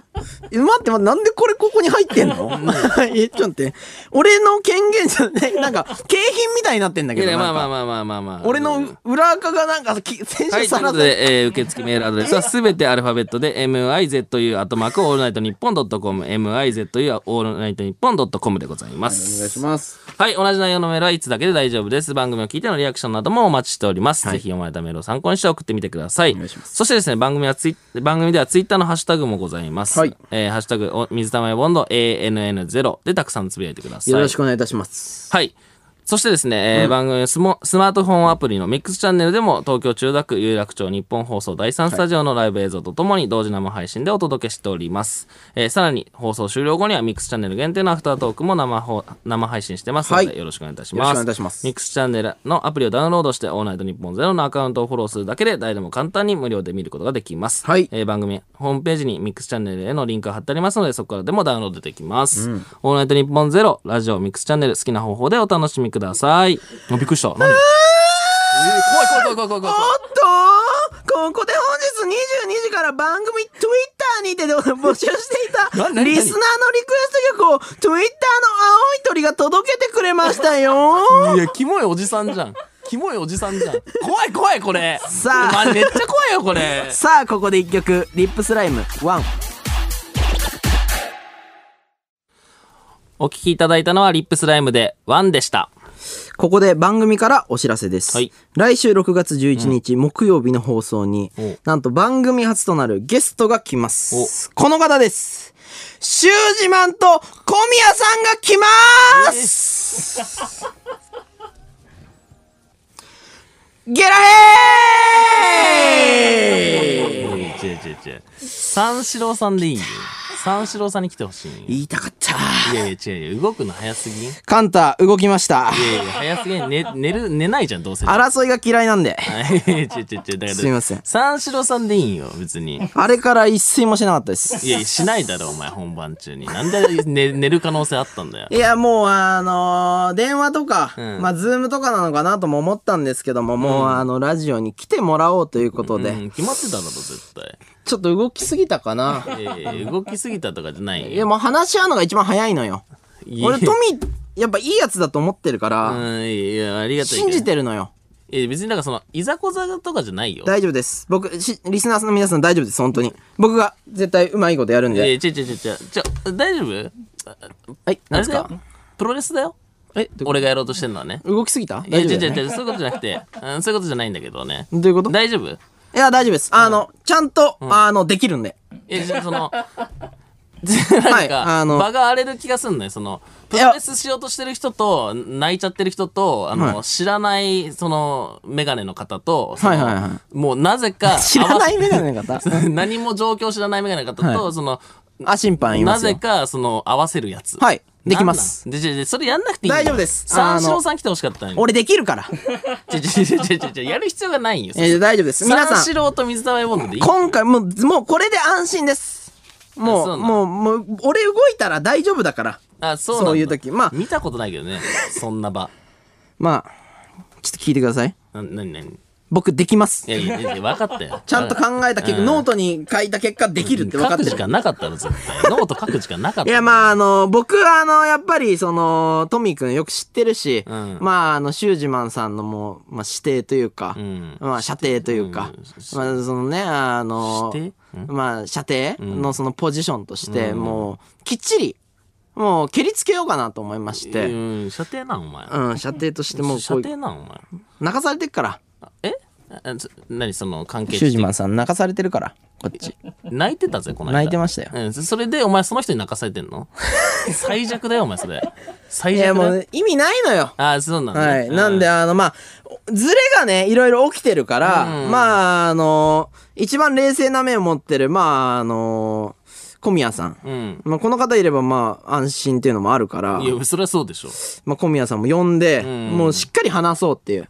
S2: え待って待って、なんでこれここに入ってんの <laughs> え、ちょっと待って。俺の権限じゃない、なんか、景品みたいになってんだ
S1: い
S2: け
S1: やい
S2: ど。
S1: やまあまあ
S2: あ。
S1: まあまあまあまあ。
S2: 俺の裏垢がなんか、き
S1: はい、
S2: 先週
S1: とい
S2: さ
S1: うこ
S2: らっ
S1: と
S2: て。
S1: で、えー受付メールアドレスはすべてアルファベットで、mizu、あとマークオールナイトニッポンドットコム、mizu、オールナイトニッポンドットコムでございま
S2: お
S1: す。
S2: 願いします。
S1: はい、同じ内容のメールはいつだけで大丈夫です。番組を聞いてのリアクションなどもお待ちしております。ぜひ読まれたメールを参考にして送ってみてください。
S2: 願いします
S1: そしてですね、番組はツイ番組ではツイッターのハッシュタグもございます。
S2: はい
S1: えーハッシュタグ、お水溜りボンド ANN0 でたくさんつぶやいてください。
S2: よろしくお願いいたします。
S1: はい。そしてですね、えー番組スモスマートフォンアプリのミックスチャンネルでも東京中田区有楽町日本放送第3スタジオのライブ映像とともに同時生配信でお届けしております、えーさらに放送終了後にはミックスチャンネル限定のアフタートークも生放生配信してますので、
S2: はい
S1: よろしくお願いいたし
S2: よろ
S1: ま
S2: しく
S1: す
S2: お願いいたします
S1: ミックスチャンネルのアプリをダウンロードしてオールナイトニッポンゼロのアカウントをフォローするだけで誰でも簡単に無料で見ることができます、
S2: はい
S1: えー番組ホームページにミックスチャンネルへのリンクが貼ってありますのでそこからでもダウンロードできます、オールナイトニッポンゼロラジオミックスチャンネル好きな方法でお楽しみくださいあびっくりした何、えー怖い怖い怖い怖い怖い怖い
S2: おっとここで本日22時から番組 Twitter にてで募集していたリスナ
S1: な何
S2: ーの
S1: 何
S2: リクエスト曲を Twitter の青い鳥が届けてくれましたよ
S1: <laughs> いや、キモいおじさんじゃん。キモいおじさんじゃん。怖い怖い、これ。
S2: さあ
S1: まめっちゃ怖いよ、これ。
S2: さあここで一曲リップスライム1
S1: <laughs> お聞きいただいたのは、リップスライムで、ワンでした。
S2: ここで番組からお知らせです。
S1: はい
S2: 来週6月11日、木曜日の放送に
S1: お、
S2: なんと番組初となるゲストが来ます。この方です。シュージマンと小宮さんが来ますゲラヘー
S1: 違う違う違う。三四郎さんでいいよ。三四郎さんに来てほしいんよ。
S2: 言いたかった。
S1: いやいや、違うよ。動くの早すぎん。いや
S2: カンタ、動きました。
S1: いや、早すぎん。寝、寝る、寝ないじゃん、どうせ。
S2: 争いが嫌いなんで。
S1: <laughs> いやいや違う違う違う。だから、
S2: すいません
S1: 三四郎さんでいいんよ、別に。
S2: あれから一睡もしなかったです。
S1: いやいや、しないだろ、お前、本番中に。なんで寝、寝る可能性あったんだよ
S2: い。や、もう、あのー電話とか、
S1: うん
S2: まあ、ズームとかなのかなとも思ったんですけども、もう、あの、ラジオに来てもらおうということで、
S1: うん、決まってただろ、絶対。
S2: ちょっと動きすぎたかな。
S1: <laughs> いやいやいや動きすぎたとかじゃないよ。
S2: いや、もう話し合うのが一番早いのよ。
S1: いや
S2: 俺、トミー、やっぱいいやつだと思ってるから、
S1: うん、いや、ありがたいけど。
S2: 信じてるのよ。
S1: え、別になんかその、いざこざとかじゃないよ。
S2: 大丈夫です。僕、しリスナーの皆さん大丈夫です、本当に。僕が絶対うまいことやるん
S1: え、
S2: で。
S1: 違う違う違う違う。ちょ、大丈夫
S2: はい、
S1: あ
S2: 何で
S1: れ
S2: す
S1: だよ
S2: か。
S1: プロレスだよ。
S2: え、
S1: 俺がやろうとしてんのはね。
S2: 動きすぎた
S1: いや、違
S2: 大
S1: う
S2: 丈夫だ
S1: 違う
S2: よね
S1: 違う、そういうことじゃなくて、うん、そういうことじゃないんだけどね。
S2: どういうこと
S1: 大丈夫
S2: いや、大丈夫です。あの、ちゃんと、あの、できるんで。
S1: え、じゃあその、
S2: <laughs> は、
S1: ないんか、
S2: あの、
S1: 場が荒れる気がすんのよ。その、プロレスしようとしてる人と、泣いちゃってる人と、あの、
S2: は
S1: 知らない、その、メガネの方と、その
S2: はいはいは
S1: もうなぜか、
S2: <laughs> 知らないメガネの方
S1: <laughs> 何も状況知らないメガネの方と、
S2: は
S1: その、
S2: あ、審判いま
S1: な
S2: すよ。
S1: ぜか、その、合わせるやつ。
S2: はいできます
S1: なんなん。で、で、でそれやんなくていい。
S2: 大丈夫です
S1: 三四郎さん来てほしかったのに。
S2: 俺できる
S1: <laughs>
S2: から。
S1: ちょ、ちょ、ちょ、ちょ、ちょちょ、やる必要がないんよ。
S2: えー大丈夫です。皆
S1: 三
S2: さ
S1: 四
S2: ん、
S1: 郎と水溜りボンドでいい。
S2: 今回もう、もうこれで安心です。
S1: あ
S2: も、
S1: そううな
S2: もう、もう、俺動いたら大丈夫だから。
S1: あ、そうなんだ
S2: そういう時まあ
S1: 見たことないけどね。そんな場。
S2: まあ、ちょっと聞いてください。
S1: な、なになに。
S2: 僕できます
S1: い。やいやいや、分かったよ。
S2: ちゃんと考えた結果、
S1: うん
S2: ノートに書いた結果できるって分か
S1: 書
S2: って
S1: く
S2: る
S1: 時。間なかったの、絶
S2: <laughs>
S1: 対。ノート書く時間なかった。
S2: いや、まあ、あの、僕、あの、やっぱり、その、トミーくんよく知ってるし、
S1: うん
S2: まあ、あの、シュージマンさんのもう、まあ、指定というか、
S1: うん
S2: まあ、射程というか、
S1: うん
S2: まあ、そのね、あの
S1: 指、定
S2: まあ、射程のそのポジションとして、もう、きっちり、もう、蹴りつけようかなと思いまし
S1: う
S2: て、
S1: ん、射程なん、お前。
S2: うん、射程としてもう、
S1: 射
S2: こう、
S1: 程なん、お前。
S2: 泣かされてるから、
S1: えああそ何その関係
S2: シュー
S1: 者
S2: ジマンさん泣かされてるから、こっち。
S1: 泣いてたぜ、この間。
S2: 泣いてましたよ。
S1: うん、そそれでお前その人に泣かされてんの <laughs> 最弱だよお前それ。最
S2: いや、
S1: 弱だ
S2: も
S1: よ。
S2: う、意味ないのよ。
S1: ああ、そうなんだ、
S2: は
S1: ね。
S2: い。なんで、あの、まあ、ずれがね、いろいろ起きてるから、
S1: うん
S2: まあ、あの、一番冷静な目を持ってる、まあ、あの、小宮さん。
S1: うん。
S2: まあ、この方いれば、まあ、安心っていうのもあるから
S1: い、や、それはそうでしょ。
S2: まあ、小宮さんも呼んで、
S1: ん
S2: もうしっかり話そうっていう。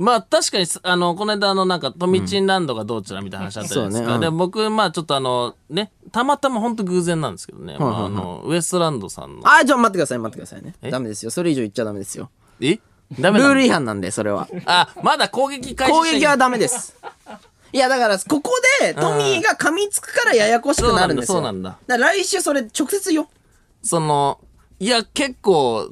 S1: まあ確かにす、あの、この間あの、なんか、トミチンランドがどうちゃらみたいな話あったじゃないです
S2: そうね
S1: か。
S2: うん
S1: で、僕、まあちょっとあの、ね、たまたま本当偶然なんですけどね、
S2: はい
S1: まあ、あの、ウエストランドさんの。
S2: あ、ちょ、待ってください、待ってくださいね。
S1: え
S2: ダメですよ。それ以上言っちゃダメですよ。
S1: えダメ
S2: ル
S1: なの
S2: ール違反なんで、それは。
S1: あ、まだ攻撃開始
S2: 攻
S1: して
S2: 撃はダメです。
S1: <laughs>
S2: いや、だから、ここで、トミーが噛みつくからややこしくなるんですよ。
S1: そうなんだそうなん
S2: だから来週、それ、直接 <laughs> よ。
S1: その、いや、結構、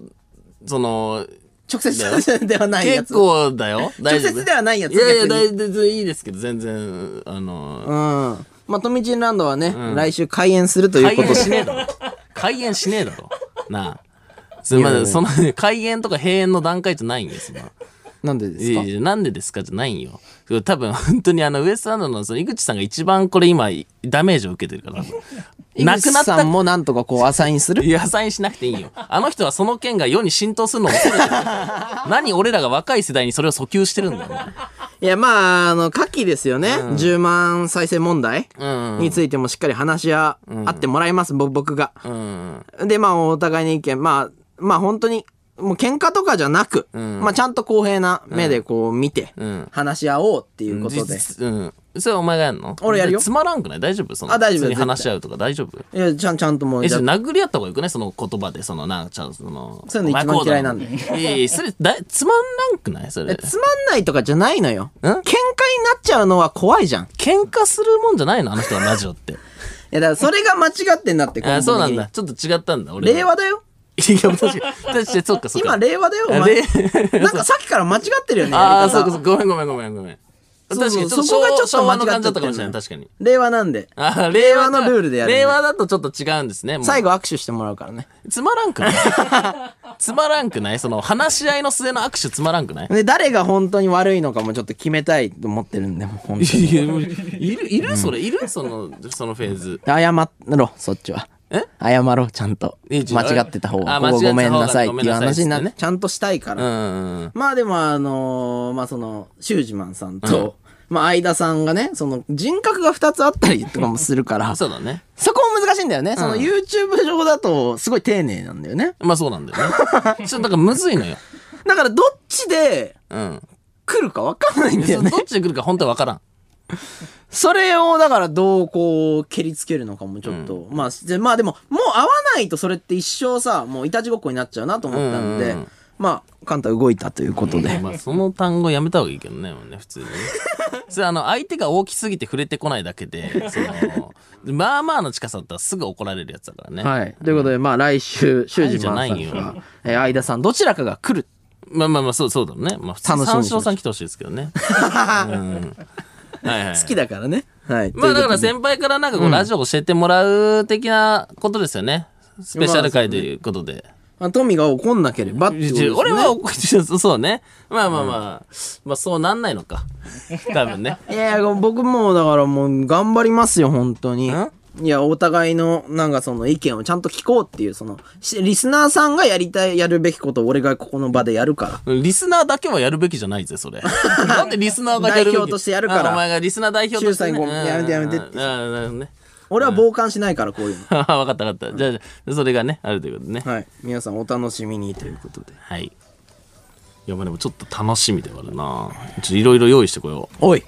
S1: その、
S2: 直接ではないやつ。
S1: 結構だよ。大丈夫
S2: 直接ではないやつ
S1: いやいや、
S2: 逆
S1: 大丈夫いいですけど、全然、あの、
S2: うん。まあ、トミチンランドはね、来週開演するという
S1: 開
S2: こと
S1: 演
S2: で。
S1: しねえだろ。開演しねえだろ。なあ。すまあ、その、開演とか閉園の段階じゃないんですよ。
S2: なんでで
S1: い
S2: す
S1: や
S2: か
S1: いやなんでですかじゃないんよ。多分、本当にあの、ウエストランドのその、井口さんが一番これ今、ダメージを受けてるから。
S2: 井口
S1: なくなった
S2: さんもなんとかこうアサインする
S1: いや、サインしなくていいよ。あの人はその件が世に浸透するのを恐れて
S2: <laughs>
S1: る。何俺らが若い世代にそれを訴求してるんだよ。
S2: いや、まあ、あの、下記ですよね。10万再生問題
S1: うん
S2: についてもしっかり話し合、あってもらいます、ぼ僕が。
S1: うん。
S2: で、まあ、お互いの意見、まあ、まあ、本当に、もう喧嘩とかじゃなく、まあ、ちゃんと公平な目でこう見て、
S1: ん
S2: 話し合おうっていうことで。
S1: 実うん。それはお前がやんの
S2: 俺やるよ
S1: つまらんくない大丈夫その。
S2: あ大丈夫
S1: 普通に話し合うとか大丈夫
S2: いや、ちゃん、ちゃんともう、
S1: え、
S2: じ
S1: そ
S2: ゃあ
S1: れ殴り合った方がよくねその言葉で、その、なんか、ちゃんとその。
S2: そういうの一番嫌いなんで
S1: お前こうだろいやいや、それ、だいつまんなんくないそれ。
S2: つまんないとかじゃないのよ。
S1: ん
S2: 喧嘩になっちゃうのは怖いじゃん。い
S1: 喧嘩するもんじゃないのあの人はラジオ
S2: <laughs>
S1: って。
S2: や、だからそれが間違ってんだって、
S1: あ、そうなんだ。
S2: 根
S1: ちょっと違ったんだ、俺
S2: 本的
S1: は。
S2: に。令和だよ。
S1: <laughs> いや、確かに。確かに、そっか、そっか。
S2: 今、令和だよ、お
S1: あ令
S2: 前。
S1: <laughs>
S2: なんかさっきから間違ってるよね。
S1: あ
S2: や
S1: あ、
S2: り
S1: そう
S2: 方
S1: か、そうかごめん、ごめん、ごめん、ごめん。
S2: そう
S1: 確かに、
S2: そうそこがちょっと
S1: 昭和の感じだったか
S2: 間違
S1: も
S2: っ
S1: してれ
S2: ん
S1: ない、
S2: の
S1: 確かに。
S2: 令和なんで。
S1: あー
S2: 令和のルールでやる
S1: 令和だとちょっと違うんですね。もう
S2: 最後握手してもらうからね。
S1: つまらんく
S2: <laughs>
S1: ないつまらんくないその、話し合いの末の握手つまらんくない
S2: で、誰が本当に悪いのかもちょっと決めたいと思ってるんで、もう本当に。
S1: いやもういる、いるそれ、いるその、そのフェーズ。
S2: 謝ろう、そっちは。
S1: え
S2: 謝ろう、ちゃんと。
S1: い
S2: 間
S1: や違う
S2: 違ってた方が。
S1: あ
S2: こ
S1: 間違
S2: こご
S1: って
S2: め
S1: た
S2: ん
S1: 方が
S2: なさいっていう話にな
S1: ごめんなさいっつって
S2: ね
S1: ね。
S2: ちゃんとしたいから。
S1: うん。
S2: まあでもあのーまあその、シュージマンさんと、まあ相田さんがね、その人格が2つあったりとかもするか
S1: <laughs>
S2: ら、
S1: そうだね。
S2: そこも難しいんだよね。その YouTube 上だとすごい丁寧なんだよね。
S1: まあそうなんだよね。ちょっとだからむずいのよ。
S2: だからどっちで
S1: うん。
S2: 来るかわかんないんだ
S1: そ
S2: よ
S1: う
S2: ね
S1: ど。っちで来るか本当はわからん。
S2: それをだからどうこう蹴りつけるのかもちょっと、まあでまあでももう会わないとそれって一生さもういたちごっこになっちゃうなと思ったんで、
S1: うんうん
S2: まあカンタ動いたということで、
S1: まあその単語やめた方がいいけどね、もうね普通
S2: <laughs>
S1: にね。それあの相手が大きすぎて触れてこないだけで、そ
S2: <laughs>
S1: の、まあまあの近さだったらすぐ怒られるやつだからね。
S2: はいということでまあ来週シュージマンさ
S1: はい
S2: ん
S1: じゃない
S2: か、えー、相田さんどちらかが来る
S1: まあまあまあ、そうそうだろうね。まあ普通
S2: 楽し
S1: 三
S2: みにしましょう
S1: 四郎さん来てほしいですけど
S2: <laughs>
S1: ね。うん。はいはい。
S2: 好きだからねはい
S1: まあだから
S2: という
S1: 先輩からなんかこうラジオ教えてもらう的なことですよね。スペシャル会ということで。
S2: ことでまあトミが怒んなければっていうことですね
S1: 俺は <laughs> 怒ってそうね。まあまあまあ、まあそうなんないのか。多分ね。
S2: いやいや僕もうだからもう頑張りますよ本当に
S1: ん
S2: いやお互いのなんかその意見をちゃんと聞こうっていうそのしリスナーさんがやりたいやるべきことを俺がここの場でやるから
S1: リスナーだけはやるべきじゃないぜ、そ
S2: <laughs>
S1: れ。なんでリスナーがやるべき
S2: 代表としてやるから
S1: あお前がリスナー代表として、
S2: 秀才ごめんやめてやめてって
S1: うんうんうんなるほどね。 <laughs>
S2: 俺は傍観しないからこういう
S1: わかったわかった。じゃあじゃあ、それがね、あるということでね。
S2: のはい皆さんお楽しみにということで
S1: はい。いや、まあでもちょっと楽しみではあるな。ちょっといろいろ用意してこよう。
S2: おいい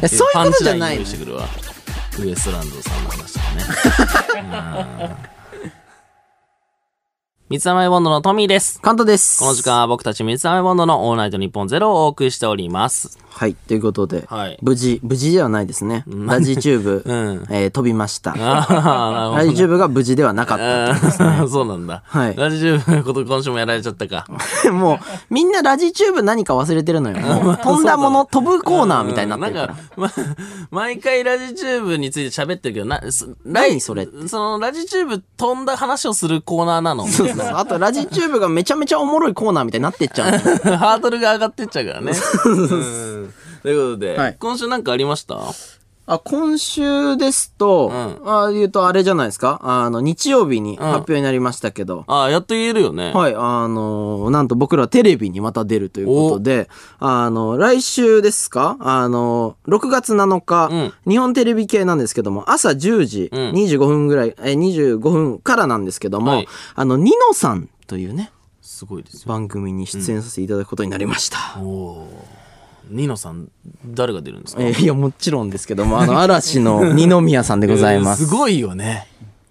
S2: やそういう
S1: パ
S2: ことじゃ
S1: ンチラ
S2: な
S1: イン
S2: い
S1: 用意
S2: の
S1: してくるわ。ウエストランドさんの話とかね。うん三つ山ボンドのトミーです。
S2: カンタです
S1: この時間は僕たち三つ山ボンドのオールナイトニッポンゼロをお送りしております。
S2: はいということで、
S1: はい
S2: 無事無事ではないですねラジチューブ、
S1: うん
S2: えー飛びました
S1: ああ、なるほど
S2: ラジチューブが無事ではなかった
S1: あー <laughs> そうなんだ。
S2: はい
S1: ラジチューブのこと今週もやられちゃったか。
S2: <laughs> もう、みんなラジチューブ何か忘れてる <laughs> のよ。もう飛んだもの、飛ぶコーナーみたいになってるから。
S1: うんなんか、ま、毎回ラジチューブについて喋ってるけど、な、す
S2: 何それって
S1: そのラジチューブ飛んだ話をするコーナーなの。
S2: そうそうあと、ラジチューブがめちゃめちゃおもろいコーナーみたいになってっちゃうのよ
S1: <laughs> ハードルが上がってっちゃうからね。うんということで、
S2: はい
S1: 今週なんかありました
S2: あ、今週ですと、
S1: ん
S2: あ言うとあれじゃないですか。あの、日曜日に発表になりましたけど、
S1: ああ、やっと言えるよね。
S2: はい、あのーなんと僕らテレビにまた出るということで、あの、来週ですかあの、6月7日、
S1: うん
S2: 日本テレビ系なんですけども、朝10時
S1: ん
S2: 25分ぐらい、え、25分からなんですけども、
S1: はい
S2: あの、ニノさんというね、
S1: すごいですよ。
S2: 番組に出演させていただくことになりました。
S1: おーニノさん、誰が出るんですか
S2: えーいや、もちろんですけども、あの、嵐の二宮さんでございます。
S1: <laughs> えーすごいよね。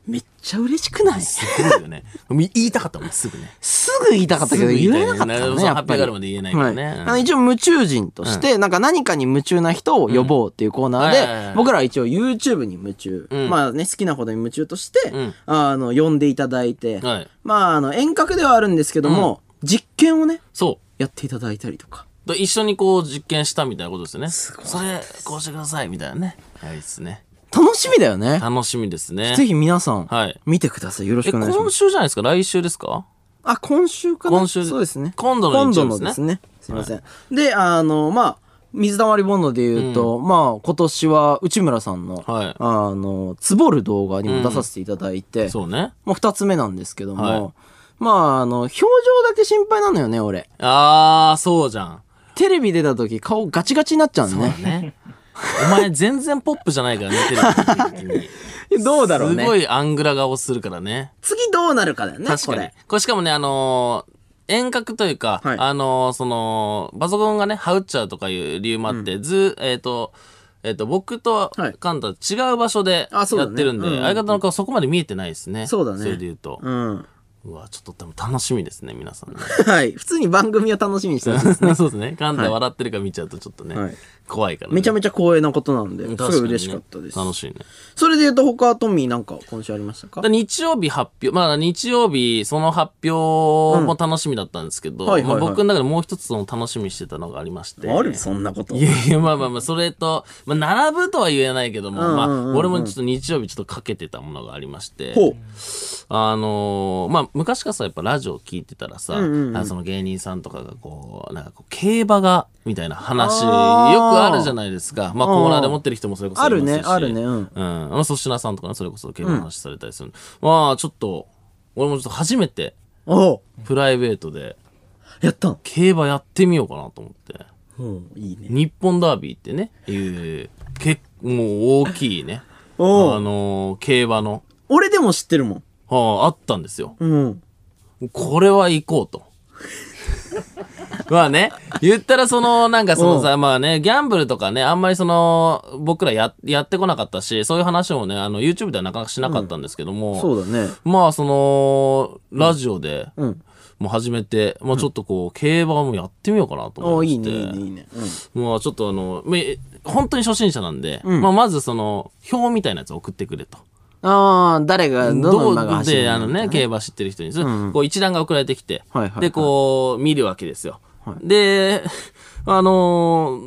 S2: めっちゃ嬉しくない
S1: すごいよね。 <laughs> 言いたかったもん、すぐね。
S2: すぐ言いたかったけど、
S1: すぐ言
S2: 言
S1: いたい
S2: え
S1: ね
S2: なかったからね、
S1: そう
S2: やっ
S1: 発
S2: ぱり。
S1: 表があるまで言えないからね
S2: は
S1: うん
S2: あの一応、夢中人として、なんか何かに夢中な人を呼ぼうっていうコーナーで、
S1: はいはいはい
S2: 僕らは一応 YouTube に夢中、
S1: うん
S2: まあね、好きなほどに夢中として、
S1: うん
S2: あの、呼んでいただいて、
S1: はい。
S2: まあ、あの、遠隔ではあるんですけども、実験をね、
S1: そう。
S2: やっていただいたりとか。
S1: だ一緒にこう実験したみたいなことですよね。
S2: すごい
S1: それ、こうしてくださいみたいなね。はい、ですね。
S2: 楽しみだよね。
S1: 楽しみですね。
S2: ぜひ皆さん、
S1: はい
S2: 見てください。よろし
S1: え、
S2: くお願いしま
S1: 今
S2: す。
S1: 週じゃないですか来週ですか
S2: あ、今週かな
S1: 今週
S2: そうですね。
S1: 今度の
S2: 今
S1: 日
S2: 度
S1: 曜
S2: の
S1: 日
S2: で
S1: ですす
S2: ね。すいません。で、あの、まあ、水溜りボンドで言うと、まあ今年は内村さんの、
S1: はい
S2: あの、つぼる動画にも出させていただいて、
S1: そうね。
S2: もう二つ目なんですけども、
S1: はい
S2: まああの、表情だけ心配なのよね、俺。
S1: あー、そうじゃん。
S2: テレビ出た時顔ガチガチになっちゃうの
S1: そうだ
S2: ね。
S1: ね。お前全然ポップじゃないからね、テレビ
S2: <laughs>
S1: の時に。
S2: どうだろうね。
S1: すごいアングラ顔するからね。
S2: 次どうなるかだよね、
S1: 確か
S2: こ
S1: に
S2: れ。。
S1: これしかもね、あのー遠隔というか、
S2: はい
S1: あのーその、パソコンがね、はうっちゃうとかいう理由もあって、ず、えっ、と、えっ、と、僕と
S2: はい
S1: カンタ違う場所でや
S2: あそうだね
S1: ってるんで、
S2: うんうん
S1: 相方の顔そこまで見えてないですね。
S2: そうだね
S1: それで言うと。
S2: うん。 <laughs>
S1: うわ、ちょっとでも楽しみですね、皆さんね。
S2: はい。普通に番組を楽しみにしてます。
S1: <laughs> そうですね。カンタ笑ってるか見ちゃうとちょっとね、
S2: はい
S1: 怖いから、ね。
S2: めちゃ
S1: めち
S2: めちゃ光栄なことなんで、すごい嬉しかったです。
S1: 楽しいね。
S2: それで言うと他、トミーなんか今週ありましたか
S1: だ日曜日発表、まあ日曜日その発表も楽しみだったんですけど、
S2: うんはいはいはい
S1: まあ僕の中でもう一つその楽しみにしてたのがありまして。
S2: そんなこと
S1: いやいや、まあまあまあ、それと、まあ並ぶとは言えないけども、
S2: うんうん
S1: ま
S2: うんうん
S1: あ俺もちょっと日曜日ちょっとかけてたものがありまして。
S2: ほう。
S1: あのーまあ、昔からさ、やっぱラジオ聞いてたらさ、
S2: うんうんうん
S1: あのその芸人さんとかがこう、なんかこう、競馬が、みたいな話、よく
S2: あー
S1: あるじゃないですか。まあ、
S2: うん
S1: コーナーで持ってる人もそれこそ
S2: ある
S1: います
S2: ね
S1: し、
S2: あるねう
S1: うんん。あの、粗品さんとかね、それこそ競馬の話されたりする。まあ、ちょっと、俺もちょっと初めて、
S2: おう
S1: プライベートで、
S2: やったん
S1: 競馬やってみようかなと思って。
S2: いいね。
S1: 日本ダービーってね、いう、結構、もう大きい <laughs> ね、あ
S2: おう
S1: のー競馬の、
S2: 俺でも知ってるもん。
S1: はあ、あったんですよ。
S2: うん。
S1: これは行こうと。 <laughs> まあね、言ったらその、なんかそのさ、まあね、ギャンブルとかね、あんまりその、僕らや、やってこなかったし、そういう話もね、あの、YouTube ではなかなかしなかったんですけども、
S2: そうだね。
S1: まあその、ラジオで、
S2: うん。
S1: もう始めて、まあちょっとこう、競馬もやってみようかなと
S2: お
S1: 思
S2: う
S1: いま
S2: いい
S1: して。
S2: ね、いいね、いいね。うん
S1: まあちょっとあの、め本当に初心者なんで、
S2: ん
S1: まあまずその、表みたいなやつ送ってくれと。
S2: ああ、誰が、どの
S1: ど
S2: 馬が
S1: う
S2: 走る
S1: で、あのね、競
S2: 馬。
S1: 馬知ってる人に、それ
S2: うん
S1: こう一覧が送られてきて、
S2: はいはいはい
S1: で、こう、見るわけですよ。
S2: は
S1: で、 <laughs> あの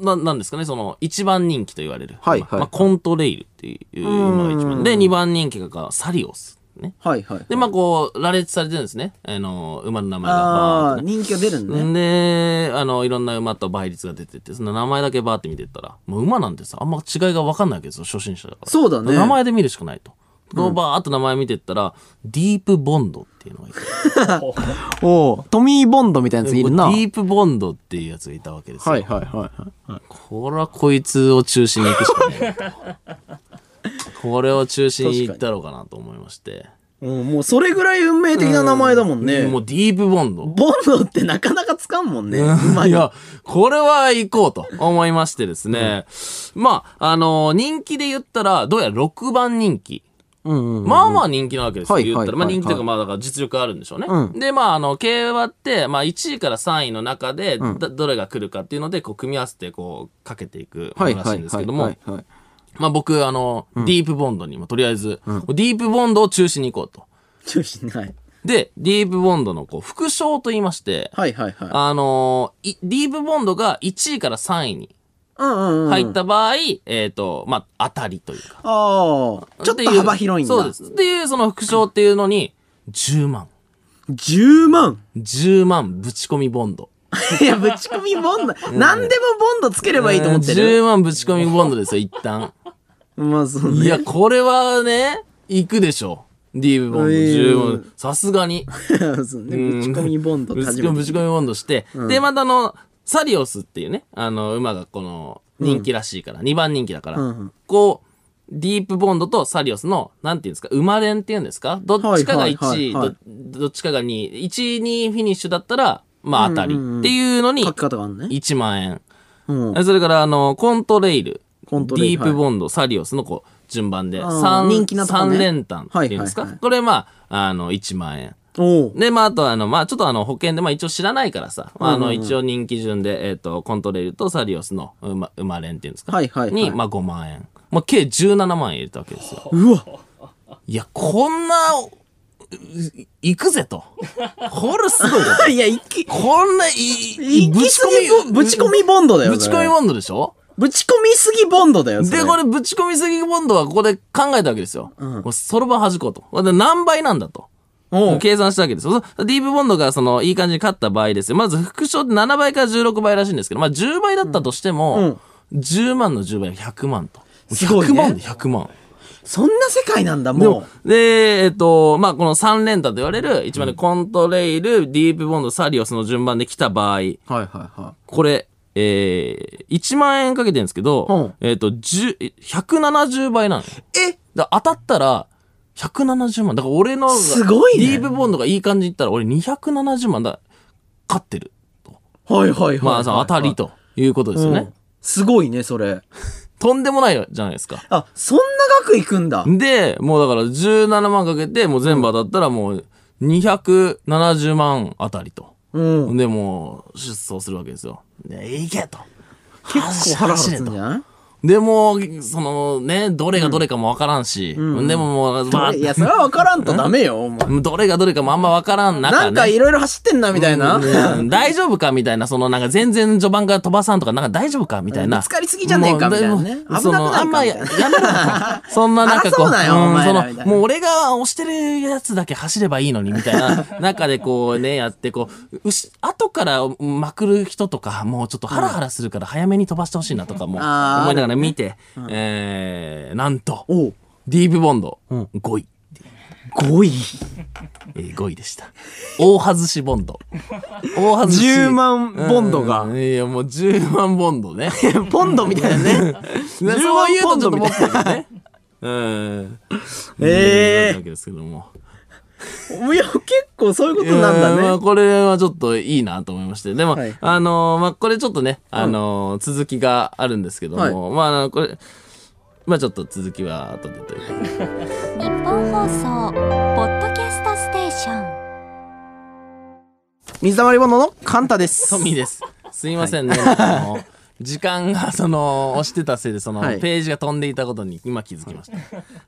S1: ーな、なんですかね、その、一番人気と言われる。
S2: はいはい
S1: まあ、コントレイルっていう馬が一
S2: うん
S1: 番。で、二番人気がこうサリオス。ね。
S2: はいはい。
S1: で、まあ、こう、羅列されてるんですね。あのー馬の名前が。バー
S2: あ
S1: っ
S2: あ、
S1: てね
S2: 人気が出るんだね。
S1: で、あの、いろんな馬と倍率が出てて、その名前だけバーって見てったら、もう馬なんてさ、あんま違いが分かんないわけですよ、初心者だから。
S2: そうだね
S1: 名前で見るしかないと。こうバーっと名前見てったら、ディープボンドっていうのがいて。
S2: おうトミー・ボンドみたいなやついるな。
S1: こ
S2: は
S1: うデ
S2: い
S1: ィープボンドっていうやつがいたわけですよ。
S2: はいはいはい。
S1: これはこいつを中心に行くしかないな
S2: <laughs>
S1: と。これを中心に行ったろうかなと思いまして。
S2: うん、もうそれぐらい運命的な名前だもんね。
S1: もうディープボンド。
S2: ボンドってなかなかつかんもんね。うま
S1: い
S2: い。
S1: や、これは行こうと思いましてですね。まあ、あの人気で言ったら、どうやら6番人気。
S2: うんうん。
S1: まあまあ人気なわけですよ。
S2: はいはい
S1: 言ったら。まあ
S2: はい
S1: 人気というか、まあだから実力あるんでしょうね。
S2: うん
S1: で、まああの、競馬って、まあ1位から3位の中で、
S2: ん
S1: だどれが来るかっていうので、こう組み合わせて、こう、かけていく
S2: は
S1: も
S2: い
S1: のら
S2: は
S1: しいん
S2: い
S1: です
S2: は
S1: け
S2: い
S1: ど
S2: は
S1: も
S2: い、はい。
S1: まあ僕、あの、ディープボンドに、まあとりあえず、ディープボンドを中心に行こうと。
S2: 中心ない。
S1: で、ディープボンドのこう、副賞と言いまして、
S2: はいはいはい。
S1: あのいディープボンドが1位から3位に
S2: うんうんうん。
S1: 入った場合、えっ、と、まあ、当たりというか。
S2: ああ、ちょっ
S1: ってい
S2: と
S1: う
S2: 幅広いんだ。
S1: そうです。っていう、その副賞っていうのに、10万。
S2: 10万
S1: <laughs> 10万ぶち込みボンド。
S2: いや、ぶち込みボンド。何でもボンドつければいいと思って
S1: えー
S2: る。
S1: 10万ぶち込みボンドですよ、一
S2: <laughs>
S1: 旦。
S2: まあ、そう
S1: い
S2: ね。
S1: や、これはね、行くでしょ。ディーブボンド
S2: え
S1: 10
S2: ー
S1: 万。さすがに。
S2: そうね。
S1: <laughs>
S2: ぶち込みボンド
S1: ぶ
S2: 初
S1: ち
S2: め
S1: 込み、
S2: て
S1: ぶち込みボンドして。で、またあの、サリオスっていうね、あの、馬がこの、人気らしいから、2番人気だから、
S2: うんうん
S1: こう、ディープボンドとサリオスの、なんていうんですか、馬連っていうんですかどっちかが1位、
S2: はいはいはいはい
S1: どどっちかが2位、1位、2位フィニッシュだったら、まあ当たりっていうのに
S2: 書き、方があるね。
S1: 1万円。
S2: うん。
S1: それから、あの、コントレイル、
S2: コントレイル
S1: ディープボンド、サリオスのこう、順番で、
S2: あー
S1: 三
S2: 人気なとこね
S1: 三連単っていうんですか、
S2: はいはいはい
S1: これ、まあ、あの、1万円。
S2: おう。
S1: で、まあ、あと、あの、まあ、ちょっとあの、保険で、まあ、一応知らないからさ、まあ、あ
S2: うん
S1: の、
S2: うんうん
S1: 一応人気順で、えっ、と、コントレイルとサリオスの馬、馬連っていうんですか、
S2: はいはいはい
S1: に、まあ、5万円。まあ、計17万円入れたわけですよ。
S2: うわ。 <laughs>
S1: いや、こんな、いいくぜと。これすごいぞと
S2: いや、行き、
S1: こんな、い、い
S2: 行きすぎボ、ぶち込みボンドだよ。
S1: ぶち込み
S2: ンド。
S1: ボンドでしょ
S2: ぶち込みすぎボンドだよ。そ
S1: で、これ、ぶち込みすぎボンドはここで考えたわけですよ。
S2: うん
S1: もうそろばん弾こうと。で何倍なんだと。
S2: おう
S1: 計算したわけですよ。そディープボンドがそのいい感じに勝った場合ですよ。まず副賞って7倍から16倍らしいんですけど、まあ10倍だったとしても、10万の10倍は100万と。
S2: すごい
S1: 100
S2: ね
S1: 万で100万。
S2: そんな世界なんだ、
S1: で
S2: も
S1: も、で、えっと、まあ、この3連打と言われる、一番ね、コントレイル、ディープボンド、サリオスの順番で来た場合、
S2: う。はいはいはい。
S1: これ、えー、1万円かけてるんですけど、えっと、10え170倍なのよ。
S2: え
S1: だ当たったら、170万。だから俺のが、
S2: すごいね
S1: ディープボンドがいい感じにいったら、俺270万だ。勝ってる。
S2: はいはいはいはい。
S1: まあ、その当たりということですよね。
S2: うんすごいね、それ。
S1: とんでもないじゃないですか。
S2: あ、そんな額いくんだ。
S1: で、もうだから17万かけて、もう全部当たったらもう270万あたりと。
S2: うん。
S1: で、もう出走するわけですよ。で、いけと。
S2: 結構腹
S1: 走
S2: 立
S1: れ
S2: つん
S1: と
S2: じゃない
S1: でもう、そのね、どれがどれかもわからんし、でももう、まあ
S2: <laughs> いや、それは分からんとダメよ、お前。
S1: どれがどれかもあんまわからん中、ね、
S2: なんかいろいろ走ってんな、みたいな。
S1: うん大丈夫かみたいな、そのなんか全然序盤から飛ばさんとか、なんか大丈夫かみたいな。
S2: ぶつかりすぎじゃねえかみたいなね
S1: もう
S2: 危なく
S1: そ
S2: ないか
S1: のあんまややめろよ。そんななんかこう、
S2: 争うなよお前ら
S1: そ
S2: みたいな
S1: の、もう俺が押してるやつだけ走ればいいのに、みたい
S2: <laughs>
S1: な中でこうね、やって、こう、うし、後からまくる人とか、もうちょっとハラハラするから早めに飛ばしてほしいなとかも、思い
S2: あ
S1: な
S2: ー
S1: がら見て、えー、なんと、
S2: おう
S1: ディープボンド、5位。
S2: 5位。
S1: えー5位でした。大外しボン
S2: <laughs>
S1: ド。大外し。
S2: 10万ボンドが
S1: うんいや、もう10万ボンド
S2: <laughs>
S1: ね。
S2: ポンドみたいなね。
S1: ね
S2: 10
S1: そう
S2: 万
S1: いう
S2: ポ
S1: と
S2: ン
S1: ちょ
S2: ド
S1: っと
S2: み
S1: 持ったて
S2: いな。
S1: るね。うん。
S2: ええ
S1: なんですけども。
S2: いや、結構そういうことなん
S1: うんま
S2: だ
S1: あ
S2: ね。
S1: これはちょっといいなと思いまして。でも、
S2: はい
S1: あのーまあ、これちょっとね、あのー続きがあるんですけども、まああの、これ、まあちょっと続きは後でということで
S3: 日本放送ポッドキャストステーション
S2: 水溜りボンドのカンタです。
S1: トミーです。すいませんね。あの時間がその押してたせいでその
S2: はい
S1: ページが飛んでいたことに今気づきました。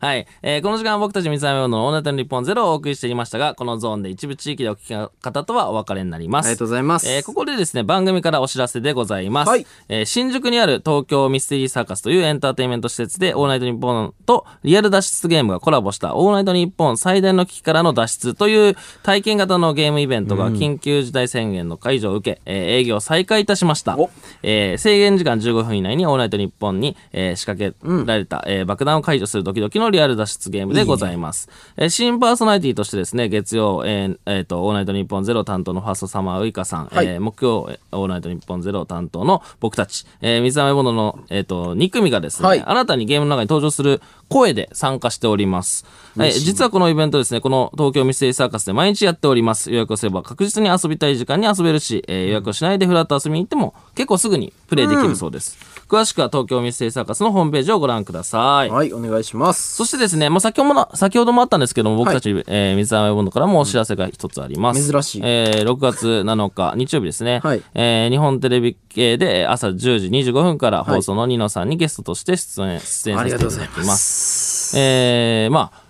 S1: はい、えーこの時間は僕たち三沢山のオールナイトの日本ゼロをお送りしていましたが、このゾーンで一部地域でお聞きの方とはお別れになりま
S2: あ
S1: す。
S2: りがとうございます。
S1: えーここでですね、番組からお知らせでございます。
S2: はい
S1: えー新宿にある東京ミステリーサーカスというエンターテインメント施設で、オールナイトニッポンとリアル脱出ゲームがコラボした、オールナイトニッポン最大の危機からの脱出という体験型のゲームイベントが緊急事態宣言の解除を受け、えー営業を再開いたしました
S2: お。
S1: えー制限時間15分以内にオールナイトニッポンに、えー仕掛けられた、えー爆弾を解除するドキドキのリアル脱出ゲームでございます。えー新パーソナリティとしてですね、月曜、えーえーと、オールナイトニッポンゼロ担当のファーストサマーウイカさん、
S2: はい
S1: えー木曜、えーオールナイトニッポンゼロ担当の僕たち、えー水溜りボンドの、えーと、2組がですね、
S2: はい
S1: 新たにゲームの中に登場する声で参加しております。えー実はこのイベントですね、この東京ミステリーサーカスで毎日やっております。予約をすれば確実に遊びたい時間に遊べるし、えー予約をしないでフラット遊びに行っても結構すぐにプレイできるそうです。詳しくは東京ミステリーサーカスのホームページをご覧ください。
S2: はい、お願いします。
S1: そしてですね、まあ、先ほども、先ほどもあったんですけども、僕たち、えー水溜りボンドからもお知らせが一つあります。
S2: 珍しい
S1: えー6月7日、日曜日ですね。
S2: はい
S1: えー日本テレビ系で朝10時25分から放送のニノさんにゲストとして出演、出演させていただきます。
S2: す。
S1: えーまあ、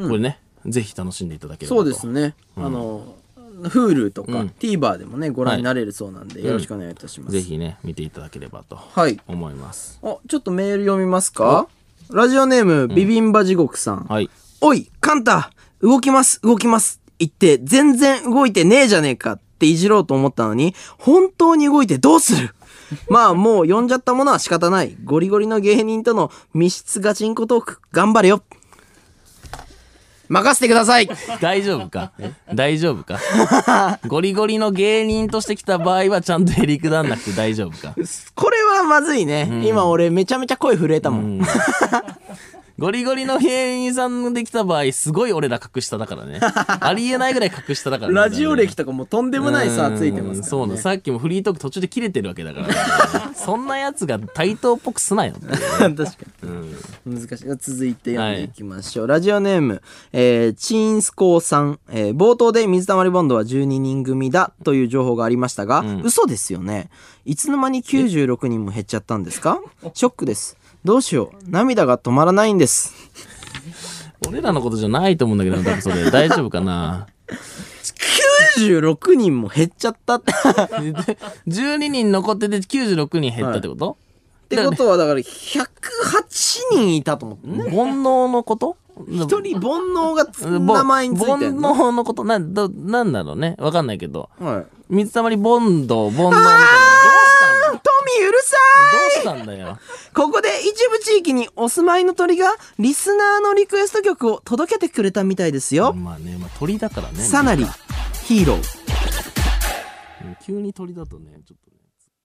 S1: これね、ぜひ楽しんでいただければ
S2: そ
S1: と。
S2: うですね。あの、Hulu とか
S1: うん
S2: TVer でもね、ご覧になれるそうなんで、よろしくお願いいたします。
S1: ぜ。ひね、見ていただければと
S2: はい。
S1: 思います。
S2: あ、ちょっとメール読みますかラジオネーム、ビビンバ地獄さん。
S1: はい。
S2: おい、カンタ、動きます、動きます、言って、全然動いてねえじゃねえかっていじろうと思ったのに、本当に動いてどうする <laughs> まあ、もう呼んじゃったものは仕方ない。ゴリゴリの芸人との密室ガチンコトーク、頑張れよ。任せてください。
S1: 大丈夫
S2: <laughs>
S1: か大丈夫かゴリゴリの芸人として来た場合はちゃんとへりくだんなくて大丈夫か
S2: これはまずいね。今俺めちゃめちゃ声震えたもん。
S1: ゴリゴリの芸人さんできた場合、すごい俺ら格下だから
S2: <laughs>
S1: ね。ありえないぐらい格下だからね。
S2: ラジオ歴とかもとんで
S1: で
S2: もない差ついてますから、
S1: そう
S2: ね。
S1: なのさっきもフリートーク途中で切れてるわけだ
S2: <laughs>
S1: から、ね、そんなやつが対等っぽくすなよっていう
S2: 確かに、難しい続いて読んでいきましょう、ラジオネーム、えーチーンスコーさん、えー冒頭で水溜りボンドは12人組だという情報がありましたが、嘘ですよねいつの間に96人も減っちゃったんで
S1: <laughs>
S2: すかショックですどうしよう涙が止まらないんです
S1: 俺らのことじゃないと思うんだけど多分それ大丈夫かな
S2: 96人も減っちゃったっ
S1: <laughs>
S2: てっ
S1: で12人残ってて96人減ったってこと、
S2: てことはだから108人いたと思ってね
S1: 煩悩のこと
S2: 一人煩悩がつ
S1: ぼ
S2: 名前についてんの
S1: 煩悩のこと、なん、ど、なんだろうね。わかんないけど。
S2: はい
S1: 水溜りボンド、ボンドみたいな。
S2: あートミーうるさ
S1: どうしたんだどうしたんだよ。
S2: いここで一部地域にお住まいの鳥がリスナーのリクエスト曲を届けてくれたみたいですよ。
S1: まあね、まあ鳥だからね。
S2: さなり、ヒーロー。
S1: うん急に鳥だとね、ちょっとね。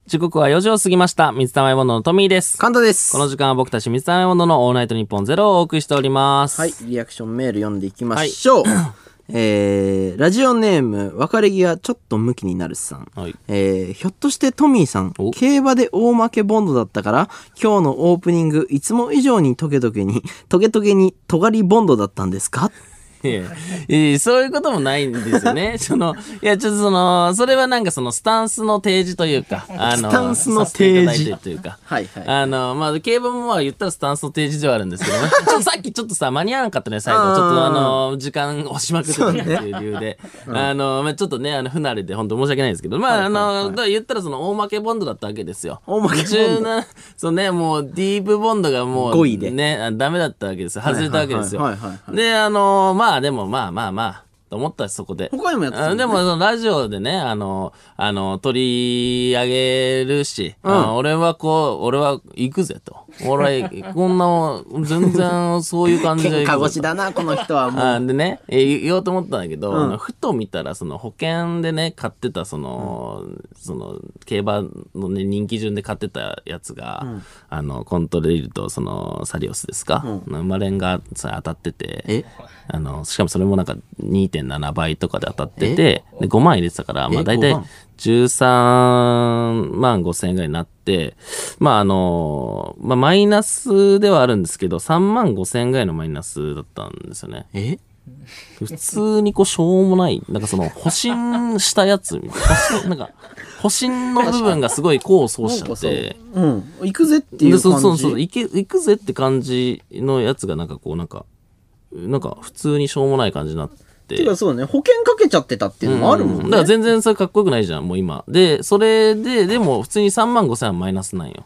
S1: 時刻は4時を過ぎました。水溜りボンドのトミーです。
S2: 簡単です。
S1: この時間は僕たち水溜りボンドのオールナイトニッポンゼロをお送りしております。
S2: はい、リアクションメール読んでいきましょう。えー、ラジオネーム、別れ際ちょっとムキになるさん。
S1: はい。
S2: えー、ひょっとしてトミーさん
S1: お、
S2: 競馬で大負けボンドだったから、今日のオープニング、いつも以上にトゲトゲに、トゲトゲに、とがりボンドだったんですか
S1: いやいやいやそういうこともないんですよ
S2: <laughs>
S1: ね。その、いや、ちょっとその、それはなんかそのスタンスの提示というか、あの、
S2: スタンスの
S1: させていただい
S2: 提
S1: て
S2: 示
S1: というか。
S2: はいはい
S1: あの、まあ、競馬もまあ言ったらスタンスの提示ではあるんですけど
S2: <laughs>
S1: ね。ちょっとさっきちょっとさ、間に合わなかったね、最後。
S2: あー
S1: ちょっとあの、時間押しまくってたっていう理由で。あの、まあ、ちょっとね、あの、不慣れで本当申し訳ないですけど、まあ、あの、だから言ったらその大負けボンドだったわけですよ。
S2: 大負けボンド
S1: ド。そうね、もうディープボンドがもう、
S2: 五位で
S1: ね、あダメだったわけですよ。外れたわけですよ。
S2: はいはいはいはいはい
S1: で、あのーまあでもまあまあまあ、と思ったしそこで。
S2: 他にもやってた
S1: あ
S2: の
S1: でも、そのラジオでね、あの、あの、取り上げるし、あの俺はこう、俺は行くぜと。俺は、こんな、全然そういう感じで行く
S2: 喧
S1: ぜと。
S2: 嘩腰だな、この人はもう。
S1: あでね、えー言おうと思ったんだけど、あのふと見たら、その保険でね、買ってた、その、その、競馬のね、人気順で買ってたやつが、あの、コントレイルと、その、サリオスですか、マレンがそれ当たってて、
S2: え
S1: あの、しかもそれもなんか2.7倍とかで当たってて、で、5万入れてたから、まあ
S2: え
S1: 大体
S2: 5万
S1: 13万5千円ぐらいになって、まああの、まあマイナスではあるんですけど、3万5千円ぐらいのマイナスだったんですよね。
S2: え
S1: 普通にこう、しょうもない、なんかその、保身したやつみたいな。保身なんか、保身の部分がすごい功を奏
S2: <laughs>
S1: しちゃって。
S2: うん。行くぜっていう
S1: で
S2: 感じ。
S1: そうそうそう、行け、行くぜって感じのやつがなんかこう、なんか、なんか普通にしょうもない感じになって。
S2: てかそうね、保険かけちゃってたっていうのもあるもんね。
S1: うだから全然それかっこよくないじゃん、もう今。で、それで、でも普通に3万5千はマイナスなんよ。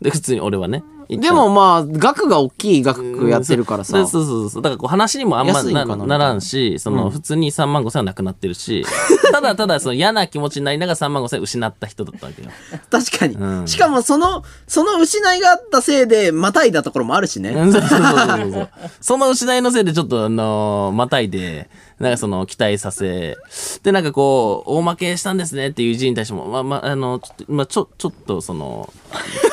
S1: で、普通に俺はね。
S2: でもまあ、額が大きい額やってるからさ。
S1: でそうそうそう。だからこう話にもあんま
S2: 安い
S1: な
S2: のかな
S1: ならんし、その普通に3万5千はなくなってるし、ただただその嫌な気持ちになりながら3万5千失った人だったわけよ。
S2: 確かに、
S1: うん
S2: しかもその、その失いがあったせいで、またいだところもあるしね。
S1: うん <laughs> そうそうそうそうそう。その失いのせいでちょっとあのーまたいで、なんかその期待させ、でなんかこう、大負けしたんですねっていう字に対しても、まあまあ、あの、ちょっと、まあちょ、ちょっとその、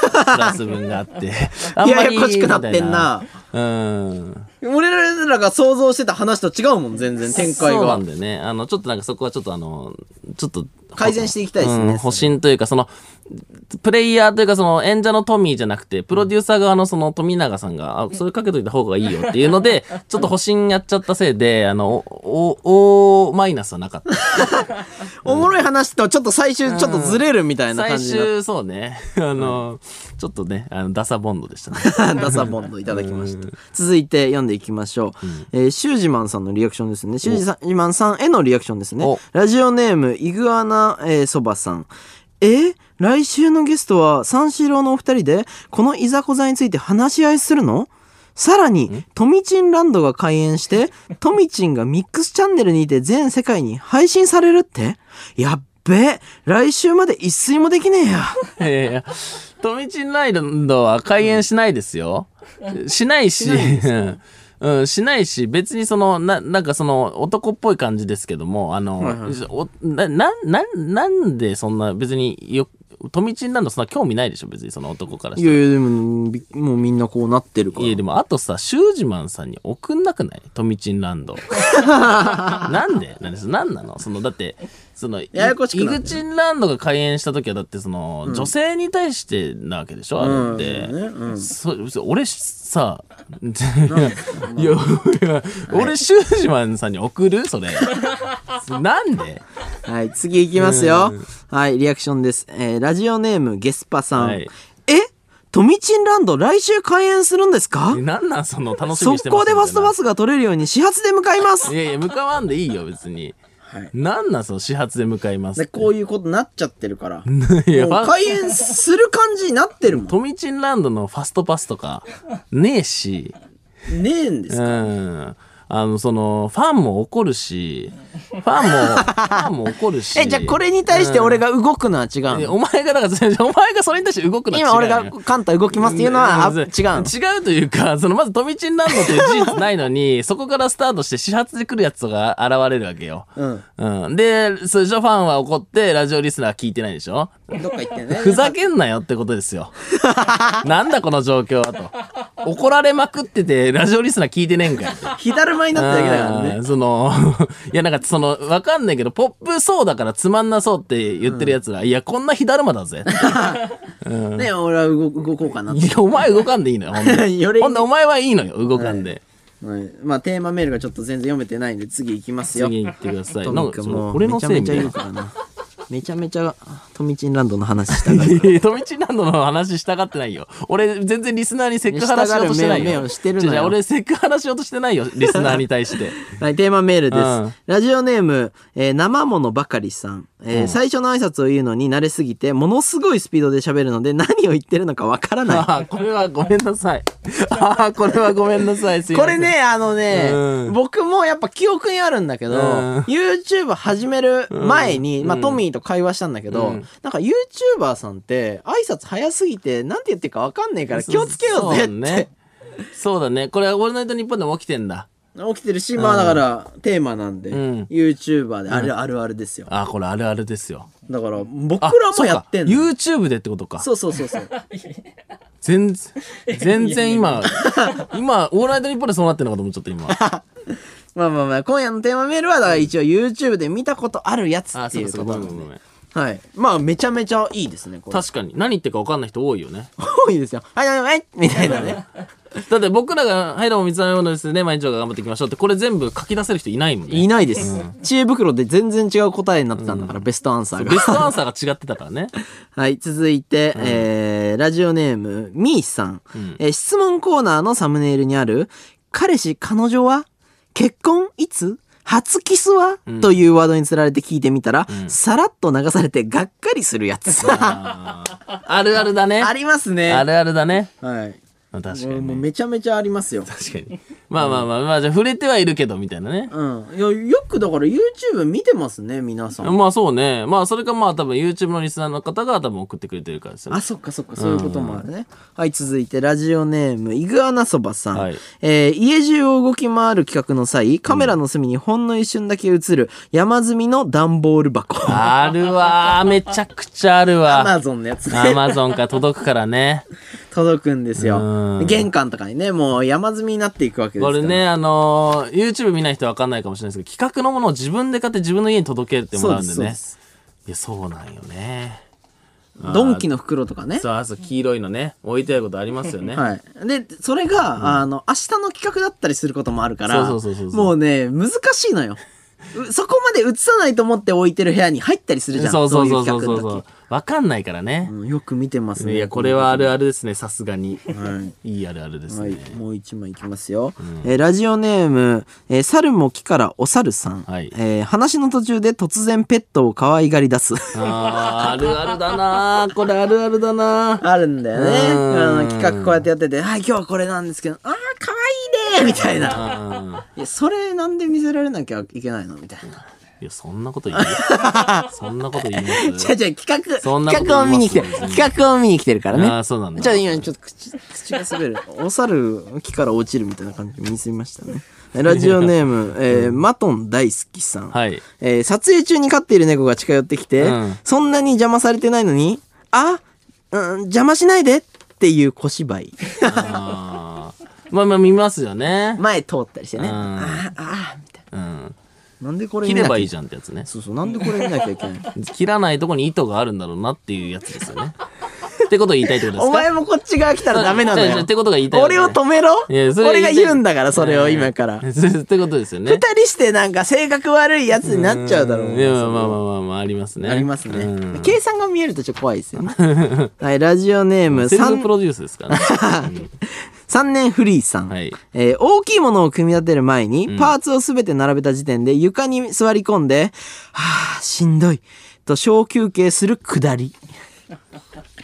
S1: プラス分があって、あんまり
S2: <laughs> ややこしくなってんな
S1: みたいな。うん。
S2: 俺らが想像してた話と違うもん、全然展開
S1: そうな
S2: が
S1: ん。だよね。あの、ちょっとなんかそこはちょっとあの、ちょっと。
S2: 改善していきたいですね
S1: うん保身というか、その、プレイヤーというかその演者のトミーじゃなくて、プロデューサー側のその富永さんが、あ、それかけといた方がいいよっていうの
S2: <laughs>
S1: で、ちょっと保身やっちゃったせいで、あの、お、お、おマイナスはなかった。
S2: おもろい話とちょっと最終、ちょっとずれるみたいな感
S1: 最
S2: じになっ
S1: 終、そうね。あの、ちょっとね、あの、ダサボンドでしたね。
S2: た <laughs> ダサボンドいただきました。続いて読んでいきましょう。えーシュージマンさんのリアクションですね。シュージさんジマンさんへのリアクションですね
S1: お。
S2: ラジオネーム、イグアナえーそば、さん。えー来週のゲストは三四郎のお二人で、このいざこざについて話し合いするのさらに、トミチンランドが開園 <laughs> して、トミチンがミックスチャンネルにて全世界に配信されるってやっべ来週まで一睡もできねえや。
S1: いやいや、トミチンライドは開演しないですよ。しないし、うんうん、しないし、別にその、な、なんかその、男っぽい感じですけども、あの、おな、な、な、なんでそんな、別によ、トミチンランドそんな興味ないでしょ、別にその男からし
S2: <laughs> い
S1: て。
S2: やいや、でも、びもうみんなこうなってるから。
S1: いや、でも、あとさ、シュージマンさんに送んなくないトミチンランド。
S2: <laughs>
S1: なんでなんでなんなのその、だって、その、
S2: ややこしく
S1: イ
S2: なってる
S1: グチンランドが開演した時は、だってその、女性に対してなわけでしょあれって。そそ俺さ、いや、いや <laughs> 俺、シュージマンさんに送るそれ。なんで
S2: はい、次いきますよ。はい、リアクションです。えーラジオネーム、ゲスパさん。
S1: はい
S2: えトミチンランド来週開演するんですか
S1: なんなんその、楽しみにして
S2: 速
S1: ますみ
S2: 攻で
S1: たいな
S2: バスとバスが取れるように始発で向かいます
S1: いやいや、向かわんでいいよ、別に。
S2: はい
S1: なんなんその、始発で向かいますって。
S2: こういうことになっちゃってるから。も
S1: いや
S2: う開演する感じになってるもん。 <laughs>
S1: トミチンランドのファストパスとか、ねえし、
S2: ねえん
S1: <laughs>
S2: です
S1: う
S2: か、
S1: ん。あの、その、ファンも怒るし、ファンも、ファンも怒るし。
S2: え、じゃあこれに対して俺が動くのは違う
S1: いや、
S2: の、
S1: お前が、だから、 <laughs> お前がそれに対して動くのは違う
S2: 今俺
S1: よ
S2: がカンタ動きますっていうのは、あ
S1: ん
S2: 違うの
S1: 違うというか、そのまず飛び地になるのっていう事実ないのに、そこからスタートして始発で来るやつとか現れるわけよ。
S2: うん。
S1: うん。で、それじゃファンは怒って、ラジオリスナーは聞いてないでしょ
S2: どっか行ってね。
S1: ふ
S2: <laughs>
S1: ざけんなよってことですよ。なんだこの状況はと。怒られまくってて、ラジオリスナー聞いてねえんかよって。
S2: 火だるまになっただけだからね。
S1: うんその、 <laughs> いやなんかその、わかんないけど、ポップそうだからつまんなそうって言ってるやつら、いや、こんな火だるまだぜ。
S2: ね俺は動動こうかなと <laughs>
S1: いや、お前動かんでいいのよ、ほんで。
S2: より
S1: ほんで、お前はいいのよ、動かんで。
S2: はいまあテーマメールがちょっと全然読めてないんで、次行きますよ。
S1: 次行ってください。
S2: ト
S1: な
S2: ミ
S1: んか、
S2: 君
S1: そ
S2: も
S1: の
S2: う
S1: 俺のせい
S2: め
S1: み
S2: ち
S1: た
S2: ゃめ
S1: い
S2: ちゃ言う
S1: <laughs> な。
S2: からな。 <laughs> めちゃめちゃ、トミチンランドの話した <laughs> が
S1: い
S2: る。
S1: やいやトミチンランドの話したがってないよ。俺、全然リスナーにセクハラしようとしてない
S2: いやしたがる目を
S1: よ。
S2: 目をしてるのよ
S1: 違う違う俺、セクハラしようとしてないよ、リスナーに対して。
S2: はい、テーマメールです。
S1: うん
S2: ラジオネーム、えー生ものばかりさん、えー最初の挨拶を言うのに慣れすぎて、ものすごいスピードで喋るので、何を言ってるのかわからない。
S1: ああ、これはごめんなさい。ああ、これはごめんなさい。すいま
S2: こ
S1: せ
S2: れ
S1: ん。
S2: ね、あのね、
S1: うん
S2: 僕もやっぱ記憶にあるんだけど、
S1: うん
S2: YouTube 始める前に、
S1: うん
S2: まあトミーと会話したんだけど、
S1: うん
S2: なんか YouTuber さんって挨拶早すぎて、なんて言ってるかわかんねえから気をつけようぜ
S1: そ
S2: って。
S1: うね。そうだね。これ、オールナイトニッポンでも起きてんだ。
S2: 起きてるし、まあだから、テーマなんで、
S1: うん
S2: YouTuber であるあるあるですよ。
S1: ああ、これあるあるですよ。
S2: だから、僕
S1: あ
S2: らもやってんの。
S1: そうか YouTube でってことか。
S2: そうそうそうそう。 <laughs>
S1: 全然、全然今、今、オールナイトニッポンでそうなってるのかと思っちゃった、今。
S2: まあまあまあ、今夜のテーマメールは、だから一応 YouTube で見たことあるやつ
S1: あ、
S2: って
S1: そう
S2: い
S1: かそ
S2: うこ
S1: うか、
S2: と
S1: ご
S2: な
S1: めん
S2: ん
S1: ごめ
S2: で
S1: ん
S2: ね
S1: ごめん。
S2: はい。まあ、めちゃめちゃいいですね、これ。
S1: 確かに。何言ってるか分かんない人多いよね。
S2: 多いですよ。はいはいはいみたいなね。
S1: だって僕らが、はい、どうも、三つのですね、毎日が頑張っていきましょうって、これ全部書き出せる人いないもんね。
S2: <laughs> いないです。知恵袋で全然違う答えになってたんだから、ベストアンサー
S1: ベス
S2: が。
S1: トアンサーが違ってたからね。
S2: はい、続いて、えーラジオネーム、みーさん。えー質問コーナーのサムネイルにある、彼氏、彼女は結婚いつ初キスは、というワードにつられて聞いてみたら、さらっと流されてがっかりするやつ。 <laughs> <laughs> あ
S1: あるあるだね。あ
S2: りますね。
S1: るあるだね。
S2: はい。
S1: まあ確か
S2: もう
S1: に
S2: もう
S1: ね。
S2: めちゃめちゃありますよ。
S1: 確かに。まあまあまあ、まあ、じゃあ触れてはいるけど、みたいなね。
S2: うん。いや、よくだから YouTube 見てますね、皆さん。
S1: まあそうね。まあそれかまあ多分 YouTube のリスナーの方が多分送ってくれてるからですよね
S2: あ、。そっかそっか、そういうこともあるね。はい、続いて、ラジオネーム、イグアナそばさん。
S1: はい
S2: えー家中を動き回る企画の際、カメラの隅にほんの一瞬だけ映る、山積みの段ボール箱。ア
S1: あるわー。めちゃくちゃあるわ。
S2: マゾンのやつ
S1: ア
S2: ね、
S1: マゾンから届くから
S2: <laughs>
S1: ね。
S2: 届くんですよ
S1: う。ん
S2: 玄関とかにね、もう山積みになっていくわけです
S1: こ
S2: から。
S1: れね、あのー YouTube 見ない人わかんないかもしれないですけど、企画のものを自分で買って自分の家に届けるっても
S2: そう
S1: ら
S2: で
S1: うん
S2: す、
S1: で
S2: そうで
S1: ね。
S2: す。
S1: いや、そうなんよね。
S2: ドンキの袋とかね。
S1: そう、あそう黄色いのね、置いてあることありますよね。
S2: はい。で、それが、あの、明日の企画だったりすることもあるから、
S1: そうそうそうそうそう
S2: もうね、難しいのよ。うそこまで映さないと思って置いてる部屋に入ったりするじゃ
S1: <laughs>
S2: ん。
S1: そうそうそう
S2: そ
S1: そう
S2: いう
S1: うそ
S2: 企
S1: う
S2: 画の時。
S1: わかんないからね。
S2: うんよく見てますね。
S1: いや、これはあるあるですね、さすがに。
S2: はい。
S1: いいあるあるです
S2: はい
S1: ね。、
S2: もう一枚いきますよ、えーラジオネーム、えー猿も木からお猿さん、
S1: はい
S2: えー話の途中で突然ペットを可愛が
S1: <laughs>
S2: り出す
S1: あーあるあるだなーこれあるあるだな
S2: あるんだよね
S1: うん
S2: あの企画こうやってやってて「はい今日はこれなんですけどあー可愛いね」みたいな
S1: ーうん
S2: いや、それなんで見せられなきゃいけないのみたいな。
S1: いや、そんなこと言うそんなこと言い
S2: <laughs>
S1: ます
S2: じゃじゃ企画、
S1: そんなこと
S2: 企画を見に来てる
S1: 言い。ます
S2: 企画を見に来てるから
S1: あ
S2: ね
S1: あ、。そうなんだ。
S2: じゃあ今ちょっと口、口が滑る。お猿、木から落ちるみたいな感じで見せまし
S1: <laughs>
S2: たね。ラジオネーム、えーマトン大好きさん。
S1: はい。
S2: えー撮影中に飼っている猫が近寄ってきて、
S1: うん
S2: そんなに邪魔されてないのに、あ、うん、邪魔しないでっていう小芝
S1: <laughs>
S2: 居。
S1: あーまあまあ見ますよね。
S2: 前通ったりしてね。
S1: うん
S2: あーあー、みたい
S1: うん。
S2: な。なんでこれ
S1: 切
S2: 見
S1: れ
S2: なき
S1: ば
S2: ゃ
S1: いい
S2: い
S1: じゃんってやつね。
S2: そうそう、なんでこれ見なきゃいけないの
S1: 切らないとこに糸があるんだろうなっていうやつですよね。 <laughs> ってことを言いたいってことですか
S2: お前もこっち側来たらダメなの
S1: じゃあじゃあ
S2: よ
S1: っ。てことが言いたいわけ
S2: 俺を止めろ
S1: いやそれ
S2: 俺が
S1: いたい
S2: 言うんだから、それを
S1: <laughs>
S2: 今から。
S1: えーってことですよ
S2: 二
S1: ね。
S2: 人してなんか性格悪いやつになっちゃうだろう
S1: い
S2: な
S1: やまあまあまあまあまあ、ありますね。
S2: ありますね、
S1: うん
S2: 計算が見えるとちょっと怖いですよ
S1: <laughs>
S2: ね。はい、ラジオネーム
S1: セルフプ
S2: 三
S1: ロデュースですから
S2: <laughs>
S1: ね。
S2: 三年フリーさん、
S1: はい
S2: えー大きいものを組み立てる前に、パーツをすべて並べた時点で床に座り込んで、はあ、しんどい。と小休憩するくだり。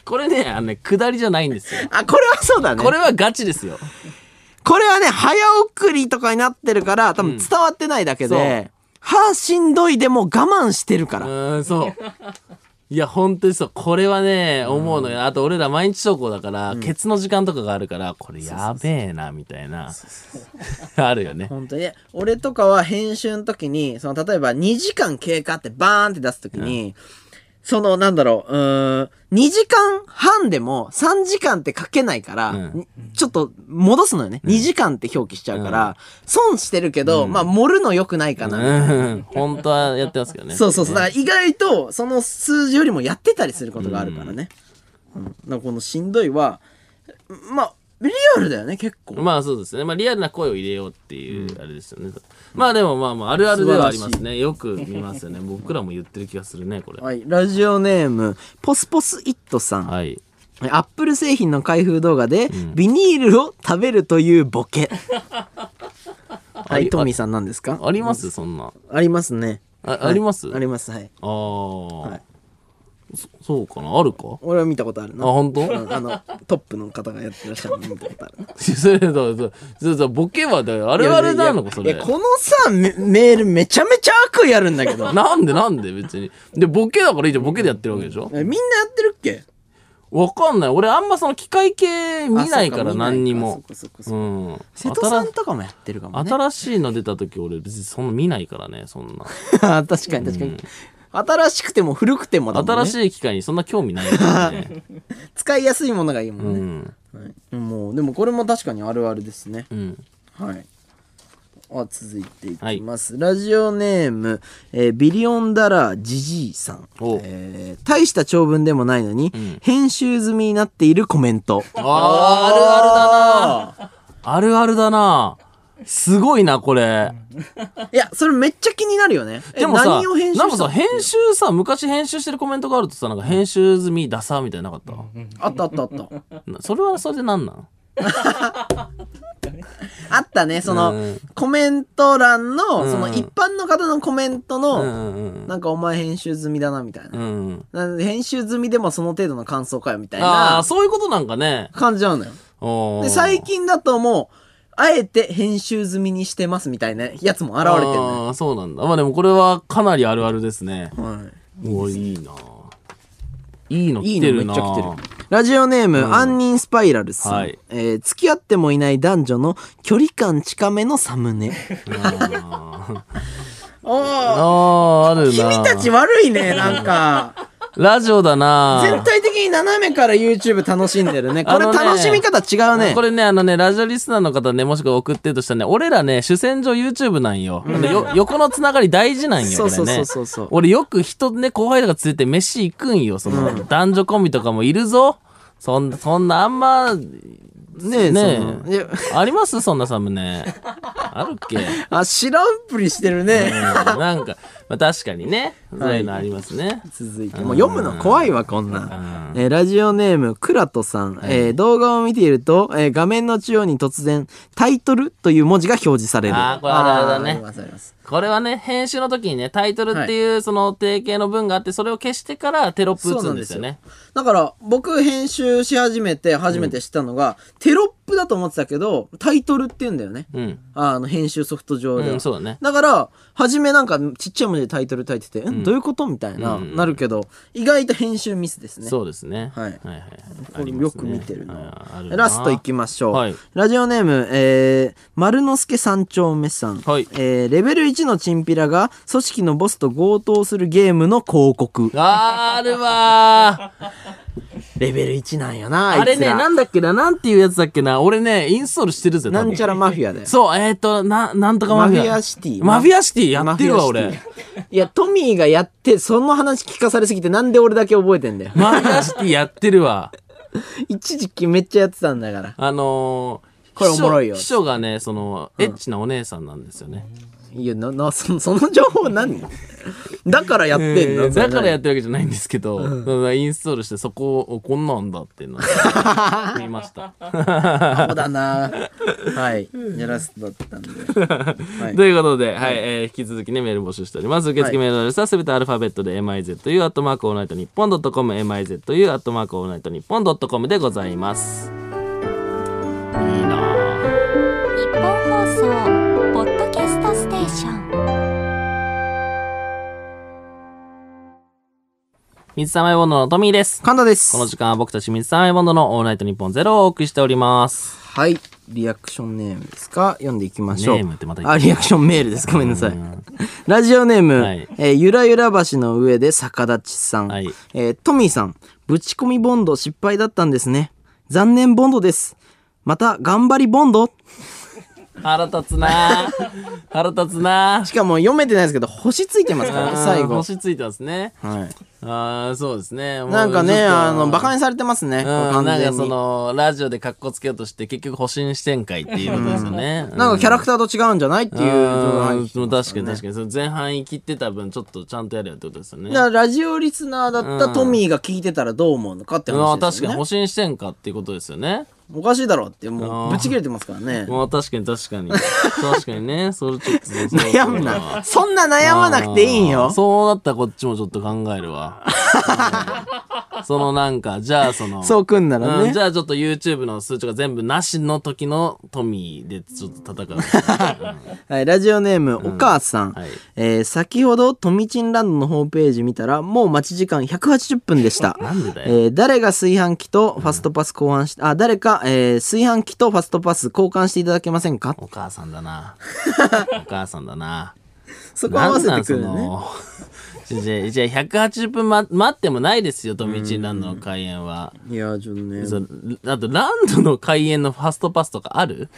S1: これね、あのね、下りじゃないんですよ。
S2: あ、これはそうだね。
S1: これはガチですよ。
S2: これはね、早送りとかになってるから、多分伝わってないだけで、はあ、しんどいでもう我慢してるから。
S1: うーん、
S2: <laughs>
S1: そう。いや、本当にそう。これはね、思うのよ。あと、俺ら毎日投稿だから、ケツの時間とかがあるから、これやべえな、みたいな。 <laughs> あるよね。
S2: 本当に。俺とかは編集の時に、その、例えば2時間経過ってバーンって出す時に、その、なんだろう、うーん、2時間半でも3時間って書けないから、
S1: うん
S2: にちょっと戻すのよね。2時間って表記しちゃうから、損してるけど、まあ、盛るの良くないかな。
S1: うん。本当はやってますけどね。
S2: そうそうそう。だから意外と、その数字よりもやってたりすることがあるからね。うん。だからこのしんどいは、まあ、リアルだよね、結構。
S1: まあそうですね。まあリアルな声を入れようっていう、あれですよね。まあでもまあまあ、あるあるではありますね。よく見ますよね。僕らも言ってる気がするね、これ。は
S2: はい、ラジオネーム、ポスポスイットさん。
S1: い。
S2: アップル製品の開封動画で、ビニールを食べるというボ
S1: <laughs>
S2: ケ。は
S1: あ
S2: い、
S1: り
S2: トミーさんなんですか
S1: ありますそんな。
S2: ありますね。
S1: ああります
S2: あります、はい。
S1: ああ、
S2: はい
S1: そ。そうかなあるか <laughs>
S2: 俺は見たことある
S1: あ、
S2: な。
S1: 本当
S2: うんあの、トップの方がやってらっしゃるの見たことある。
S1: それだ、それそれそれボケはだよあれあれなのか、そ
S2: いや
S1: れ
S2: いや。このさメ、メールめちゃめちゃ悪意あるんだけ
S1: <laughs>
S2: ど。
S1: なんでなんで別に。で、ボケだからいいじゃん。ボケでやってるわけでしょ
S2: えみんなやってるっけ
S1: わかんない。俺あんまその機械系見ないか
S2: あ
S1: ら
S2: そうか
S1: 何にも。
S2: 見ないかそっかそっかそっ
S1: う
S2: か
S1: ん。
S2: 瀬戸さんとかもやってるかもね。
S1: 新しいの出た時俺別にそんな見ないからねそんな
S2: 確かに確かに。 <laughs> 新しくても古くてもだもんね。
S1: 新しい機械にそんな興味ないからね
S2: <laughs> 使いやすいものがいいうもんね、
S1: ん
S2: はい、もうでもこれも確かにあるあるですね
S1: うん
S2: はいあ続いていきます、ラジオネーム、えービリオンダラージジイさん、
S1: お
S2: えー大した長文でもないのに、
S1: ん
S2: 編集済みになっているコメント
S1: あーあるあるだなあるあるだなすごいなこれ
S2: いやそれめっちゃ気になるよねえ
S1: でもさ
S2: 何を編集
S1: なん
S2: し
S1: かさ
S2: たの
S1: 編集さ昔編集してるコメントがあるとさなんか編集済みダサみたいなのなかっ
S2: あったあったあった
S1: た、なそれはそれでなんなん
S2: あったねその、
S1: うん
S2: コメント欄の、
S1: うん
S2: その一般の方のコメント
S1: う
S2: の、
S1: んうん
S2: なんかお前編集済みだなみたいな、
S1: うんうん
S2: なんで編集済みでもその程度の感想かよみたい
S1: ああ
S2: な
S1: そういうことなんかね
S2: 感じなのよ。
S1: おー
S2: で、最近だともう、あえて編集済みにしてますみたいなやつも現れてるのよ。
S1: あーそうなんだまあでもこれはかなりあるあるですね
S2: は
S1: うわいいな。いいの
S2: い、
S1: 来
S2: いい
S1: て
S2: のめ
S1: る
S2: っち
S1: な。
S2: ゃ来てる。ラジオネーム、杏仁スパイラルさん、
S1: はい
S2: えー付き合ってもいない男女の距離感近めのサムネ。おー
S1: ああー、あるな。
S2: 君たち悪
S1: <laughs>
S2: いね、なんか。
S1: ラジオだな。
S2: 全体的に斜めから YouTube 楽しんでるね。これ
S1: あのね
S2: 楽しみ方違うね。
S1: これね、あのね、ラジオリスナーの方ね、もしくは送ってるとしたらね、俺らね、主戦場 YouTube なんよ。あの
S2: <laughs>
S1: よ横のつながり大事なんよ、
S2: そうそう
S1: これね
S2: そうそうそう
S1: 俺よく人ね、後輩とか連れて飯行くんよ、その、男女コンビとかもいるぞ。そんそんな、あんま、
S2: ねえ、
S1: ねえ
S2: そのいや
S1: ありますそんなサムネ。あるっけ
S2: あ、知らんぷりしてる
S1: うん
S2: ね。
S1: なんか、まあ確かにね、そういうのありますね。
S2: 続いて。もう読むの怖いわ、こんなん。えーラジオネーム、クラトさん。えー動画を見ていると、えー画面の中央に突然、タイトルという文字が表示される。
S1: あーこれあるあるだね
S2: あーありますあります
S1: これはね、編集の時にね、タイトルっていうその定型の文があって、それを消してからテロップ打つんですよね。
S2: だから、僕編集し始めて、初めて知ったのが、テロップだと思ってたけど、タイトルって言うんだよね。
S1: うん。
S2: あの、編集ソフト上では。
S1: うん、そうだね。
S2: だから、初めなんかちっちゃい文字でタイトル書いてて、ん、どういうことみたいな、なるけど、意外と編集ミスですね。
S1: そうですね。
S2: はい
S1: はいはい。
S2: これよく見てる
S1: あ
S2: な
S1: りますねああるな
S2: ラストいきましょう、
S1: はい
S2: ラジオネーム、えー、丸之助三丁目さん、
S1: はい
S2: えーレベル1のチンピラが組織のボスと強盗するゲームの広告
S1: あーあるわー
S2: レベル1なんやな <laughs> あいつら
S1: あれね、なんだっけな、なんていうやつだっけな。俺ね、インストールしてるぜ、多
S2: な
S1: 分
S2: んちゃらマフィアだよ
S1: そう、えっ、ー、と、な、なんとかマフィア。
S2: マフィアシティ
S1: マフィアシティや
S2: マ
S1: っ
S2: フ
S1: て
S2: ィ
S1: る
S2: ア
S1: わ、
S2: シテ
S1: 俺
S2: ィ。いやトミーがやってその話聞かされすぎてなんで俺だけ覚えてんだよ <laughs>
S1: マフィアシティやってるわ。
S2: 一時期めっちゃやってたんだから
S1: あのー、
S2: これおもろいよ
S1: 秘書秘書がね、その、エッチなお姉さんなんですよね。
S2: いやななそその情報何だからやってんの、
S1: えーだからやっ
S2: って
S1: るわけじゃないんですけど、インストールしてそこをおこんなんだっていう
S2: <laughs>
S1: のを見ました。
S2: そうだなはいやらせだった
S1: <laughs>
S2: んではい
S1: ということで、はいえー引き続きねメール募集しております受付メールアドレスはすべてアルファベットで mizu アットマークオールナイトニッポンドットコム mizu アットマークオールナイトニッポンドットコムでございますいいなぁ
S3: 放送ポッドキャストステーション
S1: 水溜りボンドのトミーです。
S2: 神田です
S1: この時間は僕たち水溜りボンドのオールナイトニッポンゼロをお送りしております。
S2: はいリアクションネームですか読んでいきましょう
S1: ネームってまた言っ
S2: あリアクションメールですごめんなさいラジオネーム、
S1: はい
S2: えーゆらゆら橋の上で逆立ちさん、
S1: はい
S2: えートミーさんぶち込みボンド失敗だったんですね残念ボンドですまた頑張りボンド
S1: 腹立つ
S2: <laughs>
S1: なぁ腹立つなぁ
S2: しかも読めてないですけど星ついてますからね最
S1: うん
S2: 後
S1: 星ついてますね。
S2: はい
S1: ああ、そうですね。もう
S2: なんか
S1: ちょ
S2: ね、
S1: っと
S2: あの、馬鹿にされてますね。
S1: う
S2: 完
S1: ん、なん
S2: 全
S1: か
S2: に
S1: その、ラジオで格好つけようとして、結局保身視点会っていうことですよね。
S2: なんかキャ
S1: ラっ
S2: ラクターと違うんじゃないっていう
S1: て
S2: 情報
S1: 確
S2: が
S1: か
S2: 入ってき
S1: に
S2: ます
S1: 確かに。その前半生きてた分、ちょっとちゃんとやれよってことですよね。
S2: ねだからラジオリスナーだった
S1: うん
S2: トミーが聞いてたらどう思うのかって
S1: まあ
S2: 話で
S1: 確
S2: す
S1: か
S2: よ
S1: に
S2: ね
S1: 保。身視点かっていうことですよね。
S2: おかしいだろうって、も
S1: あ
S2: う
S1: ー
S2: ぶち切れてますからね。
S1: まあ確かに確かに。確かに
S2: <laughs>
S1: ね。それちょっと。
S2: 悩むな。そんな悩まなくていいん
S1: あー
S2: よ。
S1: そうなったらこっちもちょっと考えるわ。うんそのなんか、じゃあその。
S2: そうくんなら
S1: うん、
S2: ね
S1: じ。ゃあちょっと YouTube の数値が全部なしの時のトミーでちょっと
S2: <laughs>
S1: 戦う。
S2: はい、ラジオネーム、お母さん
S1: はい。
S2: えー先ほど、トミチンランドのホームページ見たら、もう待ち時間180分でした。
S1: なんでだ
S2: え
S1: よ。
S2: ー誰が炊飯器とファストパス交換し、あ、誰か、えー炊飯器とファストパス交換していただけませんか
S1: お母さんだ
S2: <laughs>
S1: な。お母さんだな。
S2: そこ合わせてくる
S1: なんな
S2: よ
S1: ん
S2: ね。
S1: そのじゃあ、じゃあ180分、ま、待ってもないですよ、トミーチンランドの開演は。
S2: いや、ちょっとね。
S1: そあと、ランドの開演のファストパスとかあ
S2: <laughs>
S1: る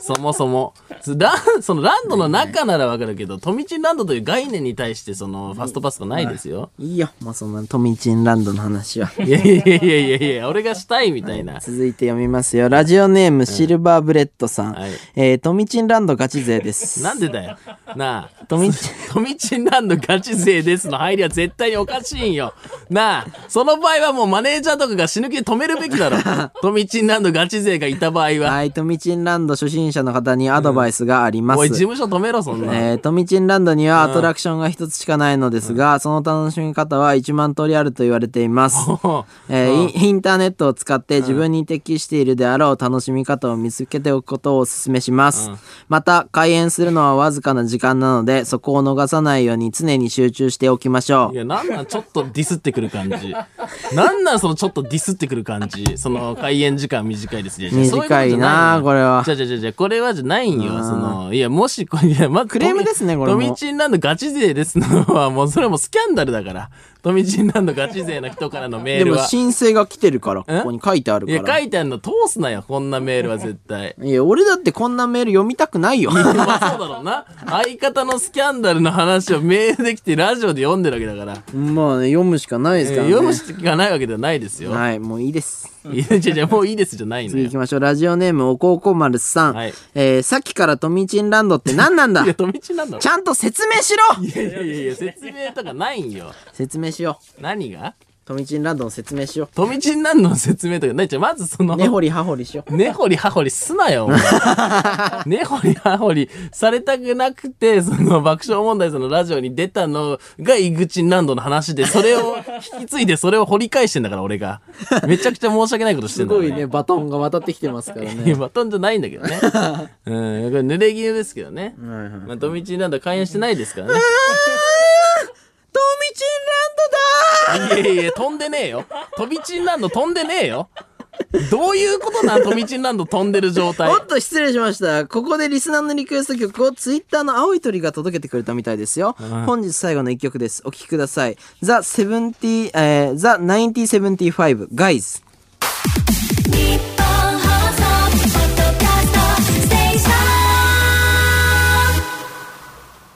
S1: そもそも。そランそのランドの中ならわかるけど、トミチンランドという概念に対して、その、ファストパスとかないですよ。
S2: いいよ。まあ、そんなトミチンランドの話は。 <laughs>
S1: いやいやいやいやいや、俺がしたいみたいな。
S2: 続いて読みますよ。ラジオネーム、シルバーブレッドさん。
S1: はい
S2: えー、トミチンランドガチ
S1: <laughs>
S2: 勢です。
S1: なんでだよ。なあ。
S2: トミチン、
S1: <laughs> トミチンランドガチ勢ですの入りは絶対におかしいんよ。なあ、その場合はもうマネージャーとかが死ぬ気で止めるべきだ
S2: <laughs>
S1: ろ。トミチンランドガチ勢がいた場合は。
S2: はい、トミチンランド初心者の方にアドバイスがあります。
S1: おい、事務所止めろ、そんな。
S2: えー、トミチンランドにはアトラクションが一つしかないのですが、その楽しみ方は1万通りあると言われています。
S1: <laughs>
S2: えーインインターネットを使って自分に適しているであろう楽しみ方を見つけておくことをお勧めします、また開演するのはわずかな時間なのでそこを逃さないように常に集中しておきましょ
S1: <laughs> いや、なんなん、ちょっとディスってくる感じ。なんなん、そのちょっとディスってくる感じ。その、開演時間短いです。
S2: う短いなこれは
S1: じゃじゃじゃじゃこれはじゃないんよ。その、いや、もし、これ、いや、まず、
S2: クレームですねこれも
S1: トミチンランドガチ勢ですのは、もう、それはもうスキャンダルだ
S2: <laughs>
S1: から。トミチンランドガチ勢の人からのメ
S2: で
S1: ール
S2: も
S1: は。
S2: 申請が来てるからここに書いてある
S1: い
S2: か
S1: や、
S2: ら
S1: 書
S2: い
S1: いてあるの通すなよ、こんなメールは絶対。
S2: や俺だってこんなメール読みたくな
S1: <laughs>
S2: いよ
S1: まあそうだろうな。相方のスキャンダルの話をメールできてラジオで読んでるわけだから。
S2: まあね読むしかないですからね、
S1: 読むしかないわけではないですよ。
S2: はいもういいです
S1: いや、じゃじゃもういいですじゃないの
S2: 次行
S1: よ
S2: き。ましょうラジオネームおこうこまるさん、
S1: はい
S2: えーさっきからトミチンランドって何 <laughs> なんだ
S1: いや、飛び地なんだろ
S2: ち。ゃんと説明しろ
S1: いやいやいや、説明とかないんよ。
S2: 説明しよう
S1: 何が
S2: トミチンランドの説明しよ
S1: 飛び地なんの説明とかないじゃんまず
S2: <laughs>
S1: その、
S2: う根掘り葉掘りしよう
S1: 根掘り葉掘りすなよ、お
S2: <laughs>
S1: 前根掘り葉掘りされたくなくて、その爆笑問題さんのラジオに出たのが井口難度の話で、それ
S2: <laughs>
S1: を引き継いでそれを掘り返してんだから、俺が。めちゃくちゃ申し訳ないことして
S2: す
S1: んだ
S2: ご
S1: から
S2: いねバトンが渡ってきてます <laughs> から
S1: いや
S2: ね
S1: バトンじゃないんだけど
S2: <laughs>
S1: ね。うん、これ濡れ衣ですけどね。まあ、飛び地なんだ開演してないですからね。
S2: トミチン
S1: いやいや、飛んでねえよ。飛びチンランド飛んでねえよ。どういうことなん飛びチンランド飛んでる状態。
S2: おっと失礼しましたここでリスナーのリクエスト曲をツイッターの青い鳥が届けてくれたみたいですよ、本日最後の一曲ですお聴きください The 70、えー、The 9075 Guys
S3: 日本放送ポッドキャストステーション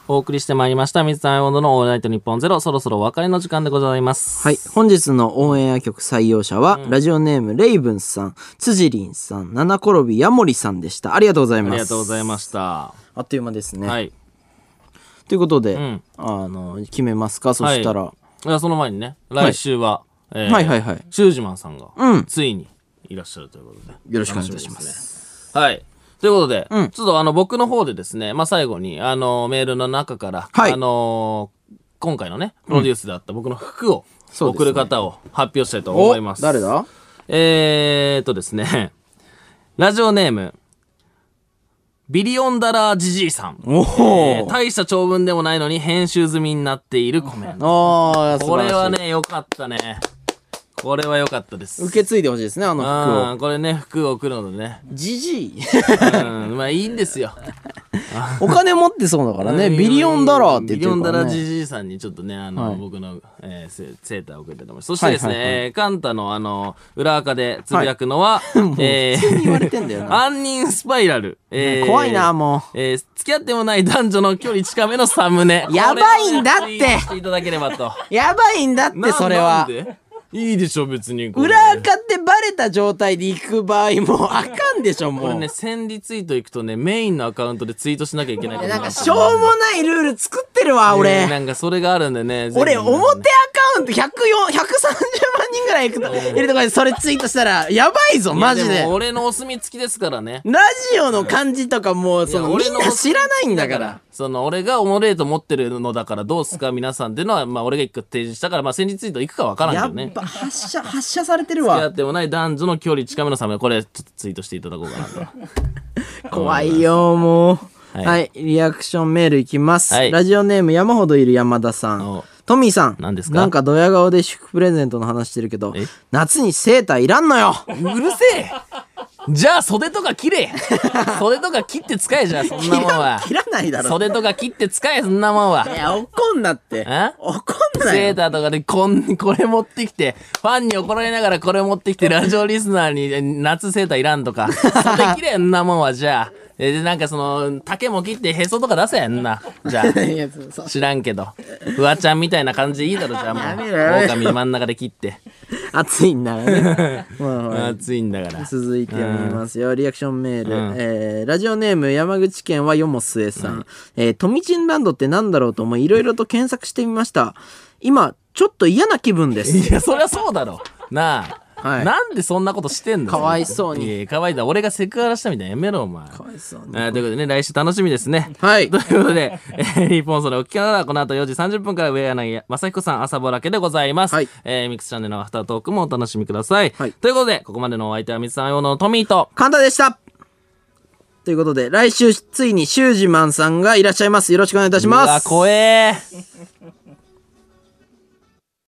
S1: お送りしてまいりました。水溜りボンドのオールナイトニッポンゼロ。そろそろお別れの時間でございます。
S2: はい。本日のオンエア曲採用者は、ラジオネーム、レイブンさん、辻凛さん、七転びヤモリさんでした。ありがとうござい
S1: あ
S2: ます。
S1: りがとうございました。
S2: あっという間ですね。
S1: はい。
S2: ということで、
S1: ん
S2: あの、決めますかそ
S1: はい
S2: したら、
S1: いやその前にね、来週は、えー
S2: はいはいはい
S1: シュージマンさんが、
S2: うん
S1: ついにいらっしゃるということで。
S2: よろしくお願いいたします。
S1: はい。ということで、
S2: うん
S1: ちょっとあの僕の方でですね、まあ、最後に、あの、メールの中から、
S2: はい
S1: あのー今回のね、プロデュースであった僕の服を、
S2: そうです
S1: 送
S2: ね
S1: る方を発表したいと
S2: お
S1: 思います。
S2: 誰だ
S1: <laughs> えーっとですね、ラジオネーム、ビリオンダラージジイさん。
S2: お
S1: えー
S2: お、
S1: 大した長文でもないのに編集済みになっているコメント。
S2: ああ、 <laughs> 素
S1: こ
S2: 晴らし
S1: れ
S2: い
S1: は。ね、良かったね。これは良かったです。
S2: 受け継いでほしいですね、あの服
S1: う
S2: を。
S1: ん、これね、服を送るのでね。
S2: じじい。
S1: うん、まあいいんですよ。
S2: お金持ってそうだか
S1: <laughs>
S2: らね、ビリオンダラーって言っ
S1: ビリ
S2: て
S1: オン
S2: るか
S1: ダ
S2: ら
S1: ラ
S2: ね。
S1: ジジイさんにちょっとね、あの、
S2: はい
S1: 僕の、えーセセーターを送りたいと思います。そしてですね、
S2: はいはいはい
S1: えーカンタのあの、裏垢でつぶやくのは、
S2: <laughs>
S1: えー
S2: 言われてんだ
S1: <laughs>
S2: よな。
S1: 杏仁スパイラル。えー
S2: 怖いな、も
S1: えー付き合ってもない男女の距離近めのサムネ。
S2: <laughs> やばいんだって
S1: これをツイートしていただければ
S2: <laughs>
S1: と。
S2: う。やばいんだって、
S1: な
S2: それ
S1: な
S2: は
S1: ん。でいいでしょ、別に。これ
S2: 裏垢ってバレた状態で行く場合もあかんでしょ、も
S1: こ
S2: う。
S1: れね、1000リツイートいくとね、メインのアカウントでツイートしなきゃいけないこと
S2: なんか、
S1: になる
S2: しょうもないルール作ってるわ、
S1: えー
S2: 俺。
S1: なんかそれがあるんでね。ぜひ
S2: 俺、表アカウント104、130万人ぐらいいくと、いるところでそれツイートしたら、やばいぞ、
S1: いや
S2: マジ
S1: で
S2: で
S1: も。俺のお墨付きですからね。
S2: ラジオの感じとかもう、そ
S1: いや
S2: の、み
S1: 俺
S2: ん
S1: の
S2: な知らないんだか
S1: だから
S2: ら。
S1: その俺がおもれえと思ってるのだからどうすか皆さんっていうのは、まあ、俺が一個提示したから、まあ、先日ツイートいくかわからんけ
S2: や
S1: ど
S2: っ
S1: ね。
S2: ぱ、発射、発射されてる
S1: 付き合
S2: わ
S1: っ。てもない男女の距離近めのサムネこれちょっとツイートしていただこうかなと。
S2: 怖いよ、もう。
S1: はい
S2: はい、リアクションメールいきます
S1: は。い
S2: ラジオネーム山ほどいる山田さん
S1: お。
S2: トミーさん。
S1: 何ですか
S2: なんかドヤ顔で祝プレゼントの話してるけど
S1: え、
S2: 夏にセーターいらんのよ
S1: うるせえじゃあ袖とか切れ袖とか切って使えじゃあそんなもんは。
S2: <laughs> 切らないだろ。。
S1: 袖とか切って使えそんなもんはい
S2: や、怒んなって
S1: え。
S2: 怒んな
S1: セー
S2: よ。
S1: ターとかでこん、 <laughs> これ持ってきて、ファンに怒られながらこれ持ってきて、ラジオリスナーにえ <laughs> 夏セーターいらんとか、袖切れんなもんは、じゃあ。えで、なんかその、竹も切ってへそとか出せやんな。じゃ
S2: <laughs> いやそうそう
S1: あ。知らんけど。フワちゃんみたいな感じでいいだろ、じゃあも
S2: やめろやめ
S1: う。
S2: ろ
S1: 狼真ん中で切って。
S2: 暑いんだか
S1: <laughs>
S2: らね。まあまあ
S1: 暑いんだから。
S2: 続いて読みますよ。リアクションメール。
S1: うん
S2: えーラジオネーム山口県はよもすえさん。えー、トミチンランドってなんだろうと思い、いろいろと検索してみました。今、ちょっと嫌な気分です。
S1: いや、そりゃそうだろ。なあ。
S2: はい
S1: なんでそんなことしてんの
S2: かわいそうに
S1: いやいやかわいだ。俺がセクハラしたみたいなやめろ、お前。
S2: かわいそうね
S1: あーということでね、来週楽しみですね。
S2: はい
S1: <laughs> ということで、えー、日本それお聞きの方は、この後4時30分から上柳正彦さん朝ぼらけでございます。
S2: はい
S1: えーミックスチャンネルのアフタートークもお楽しみください。
S2: はい
S1: ということで、ここまでのお相手は水さん用のトミーと、
S2: 簡単でしたということで、来週、ついにシュージマンさんがいらっしゃいます。よろしくお願いいたし
S1: う
S2: ま
S1: わ、
S2: す。
S1: 怖え